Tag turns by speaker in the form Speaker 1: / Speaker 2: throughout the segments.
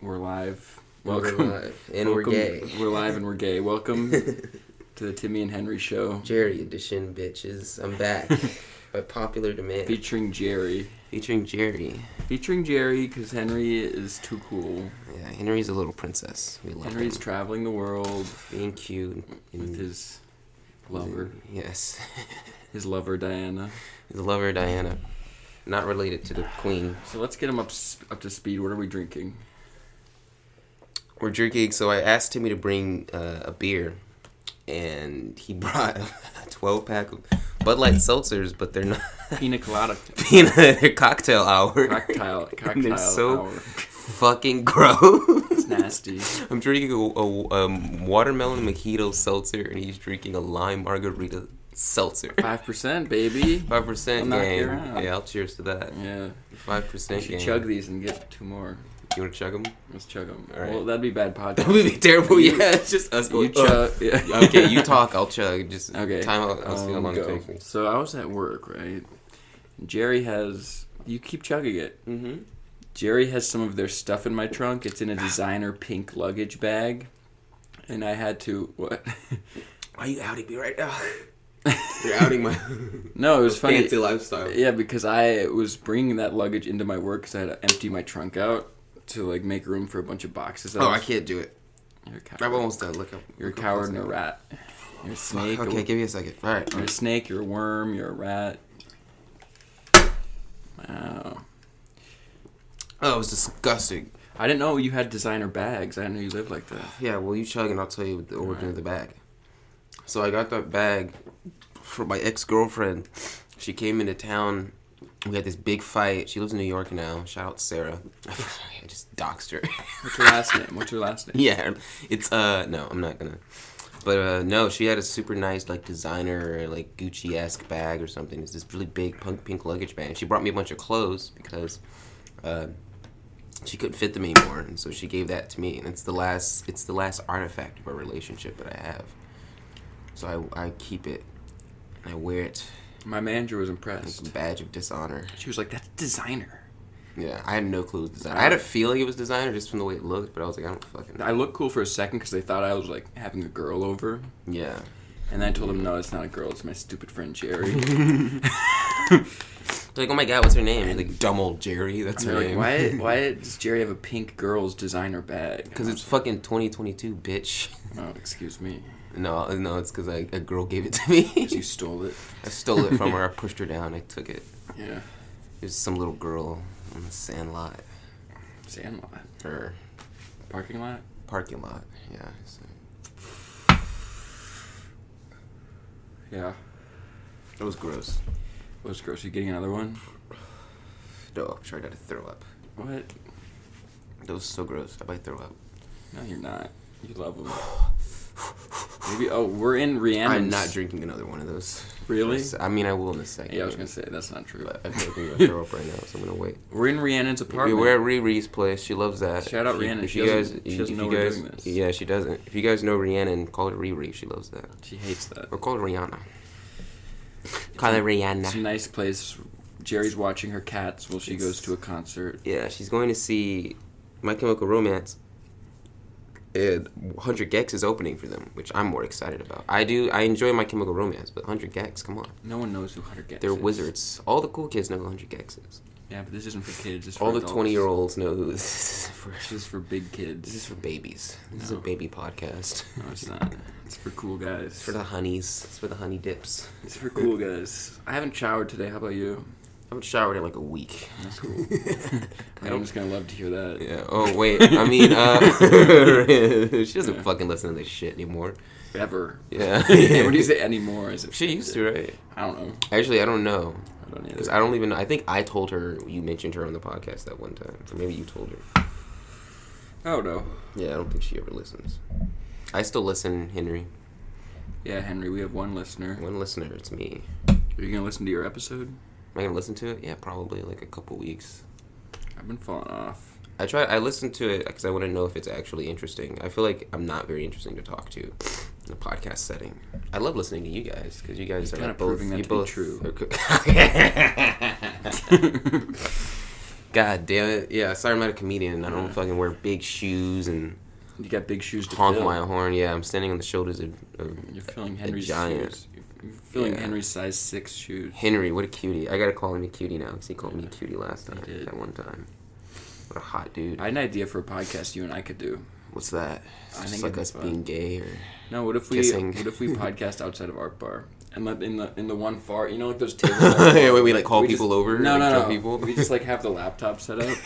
Speaker 1: We're live.
Speaker 2: Welcome.
Speaker 1: Welcome.
Speaker 2: We're live. And we're
Speaker 1: Welcome.
Speaker 2: gay.
Speaker 1: We're live and we're gay. Welcome to the Timmy and Henry show
Speaker 2: Jerry edition, bitches. I'm back by popular demand.
Speaker 1: featuring Jerry.
Speaker 2: Featuring Jerry.
Speaker 1: Featuring Jerry because Henry is too cool.
Speaker 2: Yeah, Henry's a little princess. We love
Speaker 1: Henry's
Speaker 2: him.
Speaker 1: traveling the world
Speaker 2: being cute. and-
Speaker 1: with his
Speaker 2: Mm.
Speaker 1: lover,
Speaker 2: Yes.
Speaker 1: his lover Diana.
Speaker 2: His lover, Diana. Not related to the queen.
Speaker 1: So let's get him up up to speed. What are we drinking?
Speaker 2: We're drinking, so I asked Timmy to bring uh, a beer, and he brought a 12 pack of Bud Light seltzers, but they're not
Speaker 1: Pina colada
Speaker 2: being a cocktail hour.
Speaker 1: cocktail. Cocktail.
Speaker 2: And they're so
Speaker 1: hour.
Speaker 2: fucking gross.
Speaker 1: It's nasty.
Speaker 2: I'm drinking a, a um, watermelon mojito seltzer, and he's drinking a lime margarita seltzer.
Speaker 1: Five percent, baby.
Speaker 2: Five
Speaker 1: I'll
Speaker 2: percent
Speaker 1: knock
Speaker 2: game.
Speaker 1: you around.
Speaker 2: Yeah, I'll cheers to that.
Speaker 1: Yeah,
Speaker 2: Five
Speaker 1: we
Speaker 2: percent
Speaker 1: should
Speaker 2: game.
Speaker 1: chug these and get two more.
Speaker 2: You want to chug them?
Speaker 1: Let's chug them.
Speaker 2: All right.
Speaker 1: Well, that'd be bad podcast.
Speaker 2: That would be terrible.
Speaker 1: You-
Speaker 2: yeah, it's just us.
Speaker 1: You
Speaker 2: going, "Ugh."
Speaker 1: chug. uh, yeah.
Speaker 2: okay, you talk. I'll chug. Just
Speaker 1: Okay.
Speaker 2: time out. I'll see how
Speaker 1: Um,
Speaker 2: long
Speaker 1: go.
Speaker 2: it takes me.
Speaker 1: So I was at work, right? Jerry has. You keep chugging it.
Speaker 2: Mm-hmm.
Speaker 1: Jerry has some of their stuff in my trunk. It's in a designer pink luggage bag, and I had to what?
Speaker 2: Are you outing me right now? You're outing my
Speaker 1: no, it was funny.
Speaker 2: fancy lifestyle.
Speaker 1: Yeah, because I was bringing that luggage into my work because I had to empty my trunk out to like make room for a bunch of boxes.
Speaker 2: Oh, I
Speaker 1: was-
Speaker 2: can't do it.
Speaker 1: You're a
Speaker 2: I'm
Speaker 1: coward.
Speaker 2: almost done. Look up.
Speaker 1: You're a
Speaker 2: look up
Speaker 1: coward
Speaker 2: close.
Speaker 1: and a rat. You're a snake. Mm. a-
Speaker 2: Okay, give me a second. All right.
Speaker 1: You're a snake. You're a worm. You're a rat. Wow.
Speaker 2: Oh, it was disgusting.
Speaker 1: I didn't know you had designer bags. I didn't know you lived like that.
Speaker 2: Yeah, well, you chug and I'll tell you the origin
Speaker 1: Alright.
Speaker 2: of the bag. So I got that bag from my ex girlfriend. She came into town. We had this big fight. She lives in New York now. Shout out Sarah. I just doxed her.
Speaker 1: What's your last name? What's your last name?
Speaker 2: yeah, it's uh no, I'm not gonna. But uh no, she had a super nice like designer like Gucci esque bag or something. It's this really big punk pink luggage bag. She brought me a bunch of clothes because uh, she couldn't fit them anymore, and so she gave that to me. And it's the last it's the last artifact of our relationship that I have. So I I keep it. And I wear it
Speaker 1: My manager was
Speaker 2: as
Speaker 1: impressed.
Speaker 2: a badge of dishonor.
Speaker 1: She was like, "That's designer."
Speaker 2: Yeah, I had no clue it was designer. I had a feeling it was designer just from the way it looked, but I was like, I don't fucking know.
Speaker 1: I looked cool for a second because they thought I was like having a girl over,
Speaker 2: Yeah.
Speaker 1: and I told them, "No, it's not a girl. It's my stupid friend Jerry."
Speaker 2: They're like, oh my god, what's her name? He's like, dumb old Jerry. That's
Speaker 1: And
Speaker 2: her
Speaker 1: they're like,
Speaker 2: name.
Speaker 1: "Why? Why does Jerry have a pink girl's designer bag?"
Speaker 2: Because it's fucking 2022, bitch.
Speaker 1: oh, excuse me,
Speaker 2: No, no, it's because a girl gave it to me.
Speaker 1: 'Cause you stole it.
Speaker 2: I stole it from her. I pushed her down. I took it.
Speaker 1: Yeah,
Speaker 2: It was some little girl on the sand lot
Speaker 1: sand lot,
Speaker 2: or
Speaker 1: parking lot.
Speaker 2: parking lot. Yeah. so-
Speaker 1: Yeah,
Speaker 2: It was gross.
Speaker 1: was gross. You getting another one?
Speaker 2: No, I'm sure I got to throw up.
Speaker 1: What?
Speaker 2: That was so gross. I might throw up.
Speaker 1: No, you're not. You love them. Maybe. Oh, we're in Rhiannon's.
Speaker 2: I'm not drinking another one of those.
Speaker 1: Really?
Speaker 2: I mean, I will in a second.
Speaker 1: Yeah, I was gonna say that's not true.
Speaker 2: But I feel like I'm gonna throw up right now, so I'm gonna wait.
Speaker 1: We're in Rhiannon's
Speaker 2: We
Speaker 1: apartment.
Speaker 2: were at Riri's place. She loves that.
Speaker 1: Shout out
Speaker 2: If you-
Speaker 1: Rhiannon.
Speaker 2: If
Speaker 1: She
Speaker 2: you guys,
Speaker 1: doesn't- she doesn't
Speaker 2: if
Speaker 1: know
Speaker 2: you
Speaker 1: we're
Speaker 2: guys,
Speaker 1: doing this.
Speaker 2: yeah, she doesn't. If you guys know Rhiannon, call her Riri. She loves that.
Speaker 1: She hates that.
Speaker 2: Or call her Rihanna. Call her
Speaker 1: It's a
Speaker 2: Rihanna.
Speaker 1: nice place. Jerry's watching her cats while she goes to a concert.
Speaker 2: Yeah, she's going to see My Chemical Romance. And 100 Gex is opening for them, which I'm more excited about. I do. I enjoy My Chemical Romance, but 100 Gex, come on.
Speaker 1: No one knows who Hunter Gex
Speaker 2: They're
Speaker 1: is.
Speaker 2: wizards. All the cool kids know who 100 Gex is.
Speaker 1: Yeah, but this isn't for kids. This is
Speaker 2: All
Speaker 1: for
Speaker 2: the
Speaker 1: adults.
Speaker 2: 20 year olds know who this is for.
Speaker 1: This is for big
Speaker 2: This
Speaker 1: kids.
Speaker 2: is for babies. This is a
Speaker 1: No.
Speaker 2: baby podcast.
Speaker 1: No, it's not. It's for cool guys. It's
Speaker 2: for the honeys. It's for the honey dips.
Speaker 1: it's for cool guys. I haven't showered today. How about you?
Speaker 2: I haven't showered in like a week.
Speaker 1: That's cool. I'm just gonna love to hear that.
Speaker 2: Yeah. Oh wait. I mean, uh, she doesn't
Speaker 1: Yeah.
Speaker 2: fucking listen to this shit anymore.
Speaker 1: Ever.
Speaker 2: Yeah.
Speaker 1: what do you say anymore? Is it?
Speaker 2: She used to, right?
Speaker 1: I don't know.
Speaker 2: Actually, I don't know
Speaker 1: I don't
Speaker 2: because
Speaker 1: either.
Speaker 2: I don't even. I think I told her you mentioned her on the podcast that one time, or maybe you told her.
Speaker 1: Oh no.
Speaker 2: Yeah, I don't think she ever listens. I still listen, Henry.
Speaker 1: Yeah, Henry, we have one listener.
Speaker 2: One listener, it's me.
Speaker 1: Are you gonna listen to your episode?
Speaker 2: Am I gonna listen to it? Yeah, probably like a couple weeks.
Speaker 1: I've been falling off.
Speaker 2: I try. I listen to it because I want to know if it's actually interesting. I feel like I'm not very interesting to talk to in a podcast setting. I love listening to you guys because you guys
Speaker 1: You're
Speaker 2: are
Speaker 1: kinda
Speaker 2: like both.
Speaker 1: proving that
Speaker 2: you
Speaker 1: to be
Speaker 2: both
Speaker 1: true.
Speaker 2: are co- God damn it. Yeah, sorry, I'm not a comedian. and I don't fucking wear big shoes and
Speaker 1: You got big shoes to
Speaker 2: honk
Speaker 1: fill.
Speaker 2: my horn. Yeah, I'm standing on the shoulders of, of
Speaker 1: You're filling Henry's
Speaker 2: giant.
Speaker 1: shoes. You're- You're filling
Speaker 2: Yeah.
Speaker 1: Henry's size six shoes.
Speaker 2: Henry. What a cutie. I gotta call him a cutie now because he called me a cutie last
Speaker 1: He
Speaker 2: time.
Speaker 1: did.
Speaker 2: That one time. What a hot dude.
Speaker 1: I had an idea for a podcast you and I could do.
Speaker 2: What's that? It's
Speaker 1: I
Speaker 2: just
Speaker 1: think
Speaker 2: like
Speaker 1: it'd be
Speaker 2: us
Speaker 1: fun.
Speaker 2: being gay or.
Speaker 1: No, what if we
Speaker 2: Kissing.
Speaker 1: what if we podcast outside of Art Bar and let in the in the one far you know like those tables at
Speaker 2: yeah,
Speaker 1: Art
Speaker 2: wait,
Speaker 1: Bar?
Speaker 2: we like call
Speaker 1: We
Speaker 2: people
Speaker 1: just-
Speaker 2: over.
Speaker 1: no,
Speaker 2: like,
Speaker 1: no,
Speaker 2: drunk
Speaker 1: no.
Speaker 2: People.
Speaker 1: We just like have the laptop set up. And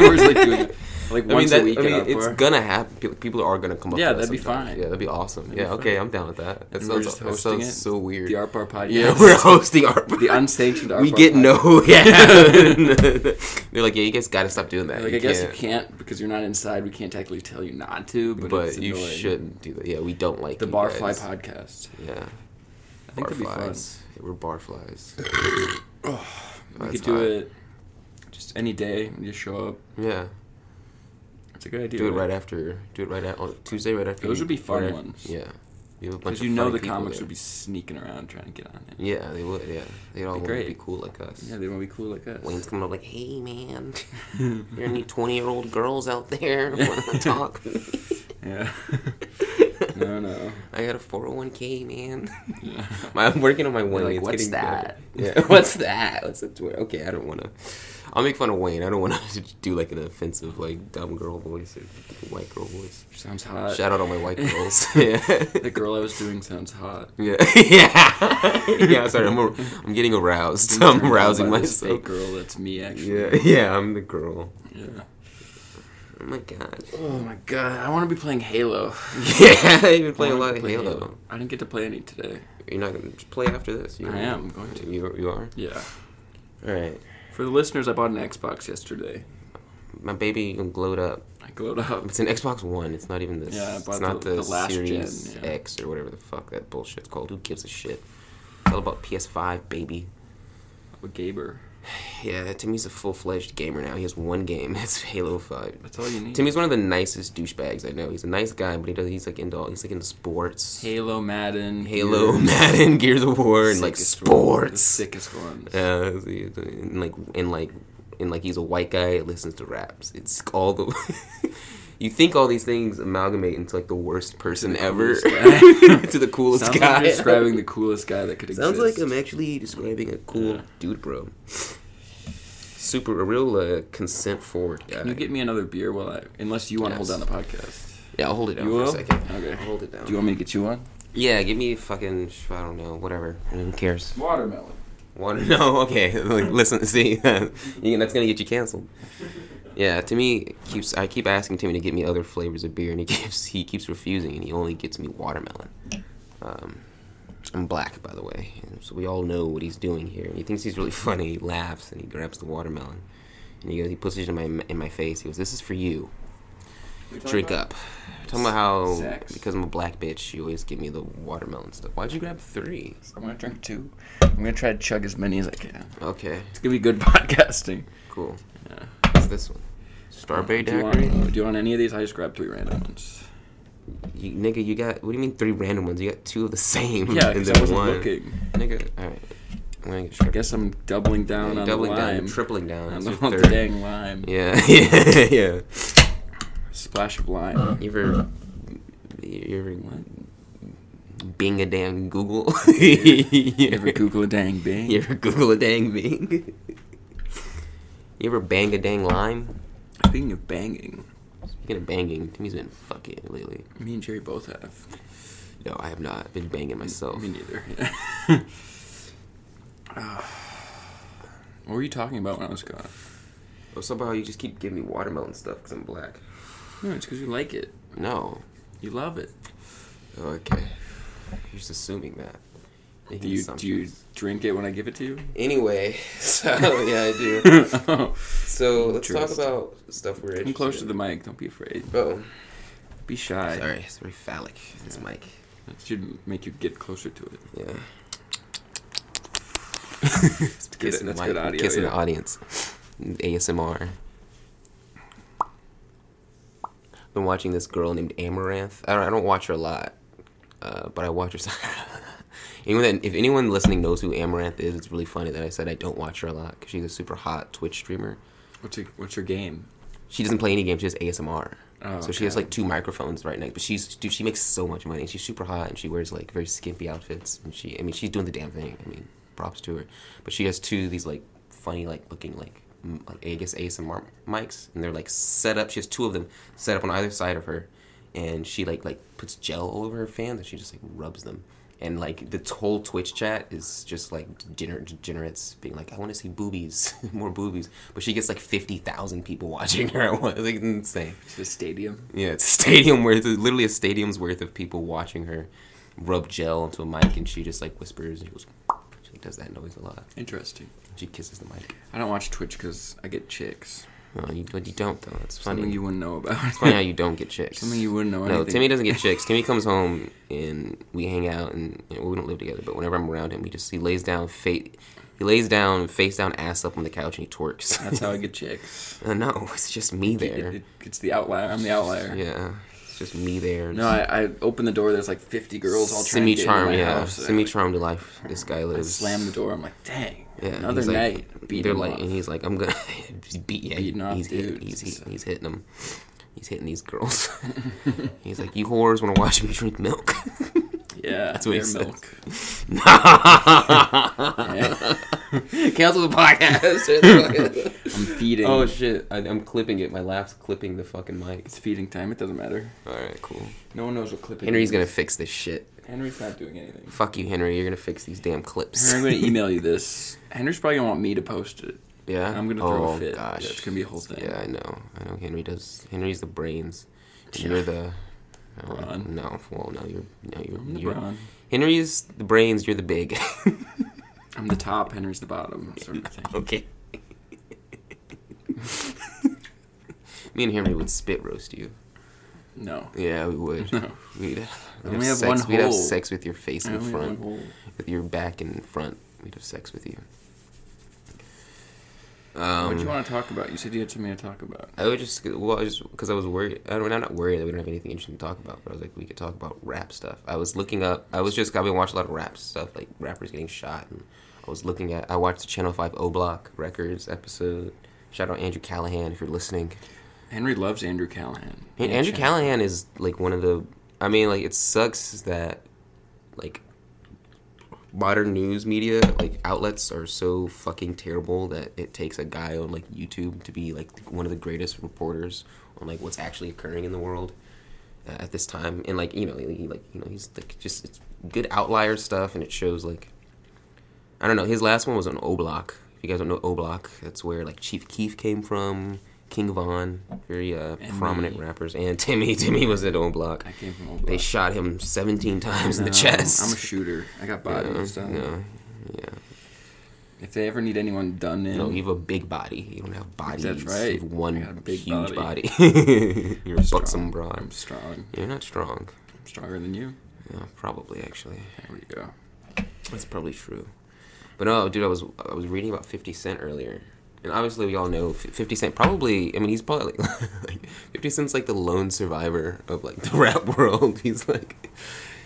Speaker 1: we're just, like doing it, like
Speaker 2: I mean,
Speaker 1: once
Speaker 2: that,
Speaker 1: a week
Speaker 2: I mean
Speaker 1: at Art
Speaker 2: it's
Speaker 1: Bar.
Speaker 2: gonna happen. People, people are gonna come up.
Speaker 1: Yeah,
Speaker 2: to us
Speaker 1: that'd be
Speaker 2: sometimes.
Speaker 1: fine.
Speaker 2: Yeah, that'd be awesome.
Speaker 1: That'd be
Speaker 2: yeah, okay,
Speaker 1: fun.
Speaker 2: I'm down with that. That
Speaker 1: And we're
Speaker 2: sounds,
Speaker 1: just
Speaker 2: that
Speaker 1: hosting
Speaker 2: sounds
Speaker 1: it.
Speaker 2: so weird.
Speaker 1: the Art Bar podcast.
Speaker 2: yeah, we're hosting our
Speaker 1: the unsanctioned Art
Speaker 2: we
Speaker 1: Bar
Speaker 2: get
Speaker 1: podcast.
Speaker 2: no yeah. They're like, yeah, you guys got to stop doing that.
Speaker 1: Like
Speaker 2: You
Speaker 1: I guess
Speaker 2: can't.
Speaker 1: you can't because you're not inside. We can't technically tell you not to, but,
Speaker 2: but
Speaker 1: it's
Speaker 2: you
Speaker 1: annoying.
Speaker 2: shouldn't do that. Yeah, we don't like
Speaker 1: The
Speaker 2: you
Speaker 1: Barfly
Speaker 2: guys.
Speaker 1: podcast.
Speaker 2: Yeah,
Speaker 1: I think it'd be fun.
Speaker 2: barflies. Yeah, we're barflies.
Speaker 1: We
Speaker 2: That's
Speaker 1: could do
Speaker 2: hot.
Speaker 1: it just any day. You just show up.
Speaker 2: Yeah,
Speaker 1: It's a good idea.
Speaker 2: do it right after. Do it right at on Tuesday, right after.
Speaker 1: Those
Speaker 2: you-
Speaker 1: would be fun
Speaker 2: right after-
Speaker 1: ones.
Speaker 2: Yeah, you have a bunch
Speaker 1: Because
Speaker 2: of
Speaker 1: you know
Speaker 2: funny
Speaker 1: the
Speaker 2: people
Speaker 1: comics
Speaker 2: there.
Speaker 1: would be sneaking around trying to get on it.
Speaker 2: Yeah, they would. Yeah, they'd all want to
Speaker 1: great.
Speaker 2: be cool like us.
Speaker 1: Yeah, they want to be cool like us.
Speaker 2: Wayne's coming up like, "Hey, man, there are any twenty-year-old girls out there want to talk?"
Speaker 1: Yeah. no, no.
Speaker 2: I got a 401k, man.
Speaker 1: Yeah.
Speaker 2: My, I'm working on my one.
Speaker 1: You're
Speaker 2: Like,
Speaker 1: like, "What's that?"
Speaker 2: Yeah, what's that? What's a Twitter? Okay, I don't want to. I'll make fun of Wayne. I don't want to do like an offensive, like dumb girl voice or white girl voice.
Speaker 1: Sounds hot.
Speaker 2: Shout out all my white girls. yeah.
Speaker 1: The girl I was doing sounds hot.
Speaker 2: Yeah. yeah. Yeah. Sorry, I'm, a, I'm getting aroused. I'm
Speaker 1: Turned on
Speaker 2: rousing
Speaker 1: by this
Speaker 2: myself.
Speaker 1: Fake girl, that's me actually.
Speaker 2: Yeah. Yeah. I'm the girl.
Speaker 1: Yeah.
Speaker 2: Oh my god.
Speaker 1: Oh my god, I want to be playing Halo.
Speaker 2: Yeah. I've been playing
Speaker 1: I
Speaker 2: a
Speaker 1: wanna
Speaker 2: lot of
Speaker 1: play
Speaker 2: Halo.
Speaker 1: I didn't get to play any today.
Speaker 2: You're not gonna just play after this. You
Speaker 1: I am going to.
Speaker 2: You, you are.
Speaker 1: Yeah.
Speaker 2: All right.
Speaker 1: For the listeners, I bought an Xbox yesterday.
Speaker 2: My baby glowed up.
Speaker 1: I glowed up.
Speaker 2: It's an Xbox One. It's not even this.
Speaker 1: Yeah, I
Speaker 2: it's
Speaker 1: bought
Speaker 2: not the,
Speaker 1: the- the last
Speaker 2: Series
Speaker 1: gen, yeah.
Speaker 2: X or whatever the fuck that bullshit's called. Who gives a shit? It's all about PS5, baby.
Speaker 1: A Gaber.
Speaker 2: Yeah, Timmy's a full-fledged gamer now. He has one game. It's Halo 5.
Speaker 1: That's all you need.
Speaker 2: Timmy's one of the nicest douchebags I know. He's a nice guy, but he does. He's like into all. He's like into sports.
Speaker 1: Halo, Madden,
Speaker 2: Halo,
Speaker 1: Gears.
Speaker 2: Madden, Gears of War, and like
Speaker 1: Sickest one. The
Speaker 2: sports.
Speaker 1: sickest ones.
Speaker 2: Yeah, he's- Uh, and like and like and like he's a white guy that listens to raps. It's all the. you think all these things amalgamate into like the worst person ever
Speaker 1: coolest guy.
Speaker 2: to the coolest
Speaker 1: Sounds
Speaker 2: guy.
Speaker 1: like you're describing the coolest guy that could exist.
Speaker 2: Sounds like I'm actually describing a cool
Speaker 1: Yeah.
Speaker 2: dude, bro. Super, a real uh, consent forward guy.
Speaker 1: Can you get me another beer while I, unless you want to
Speaker 2: Yes.
Speaker 1: hold down the podcast.
Speaker 2: yeah, I'll hold it down
Speaker 1: you
Speaker 2: for
Speaker 1: will?
Speaker 2: a second.
Speaker 1: Okay.
Speaker 2: I'll hold it down.
Speaker 1: Do you want me to get you one?
Speaker 2: yeah, give me fucking I don't know, whatever. Who cares?
Speaker 1: Watermelon.
Speaker 2: One, no, okay. Like, listen, see, you- that's gonna get you canceled. Yeah, Timmy keeps. I keep asking Timmy to get me other flavors of beer, and he keeps he keeps refusing, and he only gets me watermelon. Um, I'm black, by the way, and so we all know what he's doing here. He thinks he's really funny. He laughs and he grabs the watermelon, and he goes, he puts it in my in my face. He goes, "This is for you. Drink up." talking about how
Speaker 1: Sex.
Speaker 2: because I'm a black bitch, you always give me the watermelon stuff. Why'd you grab three?
Speaker 1: I'm gonna drink two. I'm gonna try to chug as many as I can.
Speaker 2: Okay,
Speaker 1: It's gonna be good podcasting.
Speaker 2: cool.
Speaker 1: Yeah.
Speaker 2: What's this one? Strawberry
Speaker 1: Do you,
Speaker 2: daiquiri?
Speaker 1: want, do you want any of these? I just grabbed three random ones.
Speaker 2: You, nigga, you got. What do you mean three random ones? You got two of the same.
Speaker 1: Yeah,
Speaker 2: and
Speaker 1: because
Speaker 2: then
Speaker 1: I wasn't
Speaker 2: one.
Speaker 1: looking.
Speaker 2: Nigga, alright. I'm gonna get
Speaker 1: I
Speaker 2: strawberry.
Speaker 1: guess I'm doubling down on
Speaker 2: doubling
Speaker 1: the
Speaker 2: down,
Speaker 1: lime.
Speaker 2: you're tripling down.
Speaker 1: on
Speaker 2: That's
Speaker 1: the,
Speaker 2: your
Speaker 1: on the
Speaker 2: third.
Speaker 1: dang lime.
Speaker 2: Yeah, yeah, yeah.
Speaker 1: Splash of lime.
Speaker 2: You ever. You ever. Bing a dang Google?
Speaker 1: You ever Google a dang bing?
Speaker 2: You ever Google a dang Bing? you ever bang a dang lime?
Speaker 1: Speaking of banging,
Speaker 2: Speaking of banging, Timmy's been fucking lately.
Speaker 1: me and Jerry both have.
Speaker 2: No, I have not. I've been banging myself.
Speaker 1: Me neither. Ah. what were you talking about when I was gone?
Speaker 2: Or somehow you just keep giving me watermelon stuff because I'm black.
Speaker 1: No, it's because you like it.
Speaker 2: No.
Speaker 1: You love it.
Speaker 2: Oh, okay. You're just assuming that.
Speaker 1: Do you do you drink it when I give it to you?
Speaker 2: Anyway, so yeah, I do. So let's talk
Speaker 1: Interesting.
Speaker 2: about stuff we're interested
Speaker 1: Come close to
Speaker 2: in.
Speaker 1: the mic. Don't be afraid.
Speaker 2: Oh,
Speaker 1: Be shy.
Speaker 2: sorry, it's very phallic. This mic.
Speaker 1: That should make you get closer to it.
Speaker 2: Yeah.
Speaker 1: That's good,
Speaker 2: Kissing
Speaker 1: that's
Speaker 2: the
Speaker 1: good
Speaker 2: mic,
Speaker 1: audio.
Speaker 2: Kissing
Speaker 1: yeah.
Speaker 2: the audience. ASMR. Been watching this girl named Amaranth. I don't, I don't watch her a lot, uh, but I watch her. some- anyone that, if anyone listening knows who Amaranth is, it's really funny that I said I don't watch her a lot because she's a super hot Twitch streamer.
Speaker 1: What's your, what's your game?
Speaker 2: She doesn't play any games. She has ASMR.
Speaker 1: Oh,
Speaker 2: so she has
Speaker 1: okay.
Speaker 2: like two microphones right next. But she's dude. She makes so much money. She's super hot, and she wears like very skimpy outfits. And she, I mean, she's doing the damn thing. I mean, props to her. But she has two of these like funny like looking like m- like I guess ASMR mics, and they're like set up. She has two of them set up on either side of her, and she like like puts gel all over her fans, and she just like rubs them. And like the whole Twitch chat is just like degener- degenerates being like, I want to see boobies, more boobies. But she gets like fifty thousand people watching her at once. Like it's insane.
Speaker 1: It's the stadium.
Speaker 2: Yeah, it's a stadium worth, literally a stadium's worth of people watching her rub gel into a mic, and she just like whispers and she goes, she like, does that noise a lot.
Speaker 1: Interesting.
Speaker 2: She kisses the mic.
Speaker 1: I don't watch Twitch because I get chicks.
Speaker 2: No, you, but you don't though. It's funny.
Speaker 1: Something you wouldn't know about.
Speaker 2: it's funny how you don't get chicks.
Speaker 1: Something you wouldn't know.
Speaker 2: No,
Speaker 1: anything.
Speaker 2: Timmy doesn't get chicks. Timmy comes home and we hang out, and you know, we don't live together. But whenever I'm around him, he just he lays down fa- he lays down face down, ass up on the couch, and he twerks.
Speaker 1: That's how I get chicks.
Speaker 2: Uh, no, it's just me there.
Speaker 1: It- it- it's the outlier. I'm the outlier.
Speaker 2: Yeah, it's just me there.
Speaker 1: No, I, I open the door. There's like 50 girls all trying to get in
Speaker 2: Semi-charm,
Speaker 1: my
Speaker 2: yeah,
Speaker 1: house.
Speaker 2: semi charm to life. This guy
Speaker 1: I
Speaker 2: lives.
Speaker 1: slam the door. I'm like, dang,
Speaker 2: Yeah, and
Speaker 1: another
Speaker 2: he's like-
Speaker 1: night. Beat
Speaker 2: they're
Speaker 1: him
Speaker 2: like,
Speaker 1: off.
Speaker 2: and he's like, I'm gonna he's beat yeah,
Speaker 1: Beating off
Speaker 2: he's hit,
Speaker 1: dudes.
Speaker 2: he's, hit, he's hitting them, he's hitting these girls. he's like, you whores want to watch me drink milk?
Speaker 1: yeah, that's
Speaker 2: what he
Speaker 1: their
Speaker 2: says.
Speaker 1: milk. Yeah.
Speaker 2: Cancel the podcast.
Speaker 1: I'm feeding.
Speaker 2: oh shit, I, I'm clipping it. My laugh's clipping the fucking mic.
Speaker 1: it's feeding time. It doesn't matter.
Speaker 2: All right, cool.
Speaker 1: No one knows what clipping.
Speaker 2: Henry's gonna
Speaker 1: is.
Speaker 2: fix this shit.
Speaker 1: Henry's not doing anything.
Speaker 2: Fuck you, Henry. You're gonna fix these damn clips.
Speaker 1: Henry, I'm gonna email you this. Henry's probably gonna want me to post it.
Speaker 2: yeah,
Speaker 1: I'm gonna throw a
Speaker 2: Oh,
Speaker 1: fit.
Speaker 2: Gosh,
Speaker 1: Yeah, it's gonna be a whole thing.
Speaker 2: Yeah, I know. I know Henry does. Henry's the brains. And You're the. no,
Speaker 1: Brawn.
Speaker 2: No, well, no, you're. No, you're.
Speaker 1: I'm the
Speaker 2: you're
Speaker 1: brawn.
Speaker 2: Henry's the brains. You're the big.
Speaker 1: I'm the top. Henry's the bottom. Sort of thing.
Speaker 2: okay. Me and Henry would spit roast you.
Speaker 1: No.
Speaker 2: Yeah, we would.
Speaker 1: No.
Speaker 2: We'd, we'd have
Speaker 1: only have
Speaker 2: sex.
Speaker 1: one
Speaker 2: we'd have
Speaker 1: hole.
Speaker 2: sex with your face
Speaker 1: I
Speaker 2: in
Speaker 1: only have one
Speaker 2: front,
Speaker 1: hole.
Speaker 2: with your back in front. We'd have sex with you. Um,
Speaker 1: what do you want to talk about? You said you had something to talk about.
Speaker 2: I would just well, I just because I was worried. I don't, I'm not worried that we don't have anything interesting to talk about, but I was like, we could talk about rap stuff. I was looking up. I was just I've been watching a lot of rap stuff, like rappers getting shot, and I was looking at. I watched the Channel Five O Block Records episode. Shout out Andrew Callahan if you're listening.
Speaker 1: Henry loves Andrew Callahan.
Speaker 2: And
Speaker 1: Yeah,
Speaker 2: Andrew
Speaker 1: check.
Speaker 2: Callahan is like one of the. I mean, like it sucks that, like, modern news media like outlets are so fucking terrible that it takes a guy on like YouTube to be like one of the greatest reporters on like what's actually occurring in the world uh, at this time. And like you know, he, like you know, he's like just it's good outlier stuff, and it shows like I don't know. His last one was on O Block. If you guys don't know O Block, that's where like Chief Keef came from, King Von, very uh,
Speaker 1: And
Speaker 2: prominent
Speaker 1: me.
Speaker 2: rappers, and Timmy. Timmy was at O Block.
Speaker 1: I came from old.
Speaker 2: They
Speaker 1: Block.
Speaker 2: shot him 17 times in
Speaker 1: No,
Speaker 2: the chest.
Speaker 1: I'm a shooter. I got bodies.
Speaker 2: Yeah,
Speaker 1: done.
Speaker 2: yeah, yeah.
Speaker 1: If they ever need anyone done in,
Speaker 2: No, you have a big body. You don't have bodies.
Speaker 1: right.
Speaker 2: You have one
Speaker 1: I got a big
Speaker 2: huge
Speaker 1: body.
Speaker 2: body. You're a
Speaker 1: strong.
Speaker 2: buxom
Speaker 1: I'm
Speaker 2: broad.
Speaker 1: strong.
Speaker 2: You're not strong.
Speaker 1: I'm stronger than you.
Speaker 2: Yeah, probably actually.
Speaker 1: There we go.
Speaker 2: That's probably true. But no, dude, I was I was reading about Fifty Cent earlier, and obviously we all know F- Fifty Cent. Probably, I mean, he's probably like Fifty Cent's like the lone survivor of like the rap world. He's like,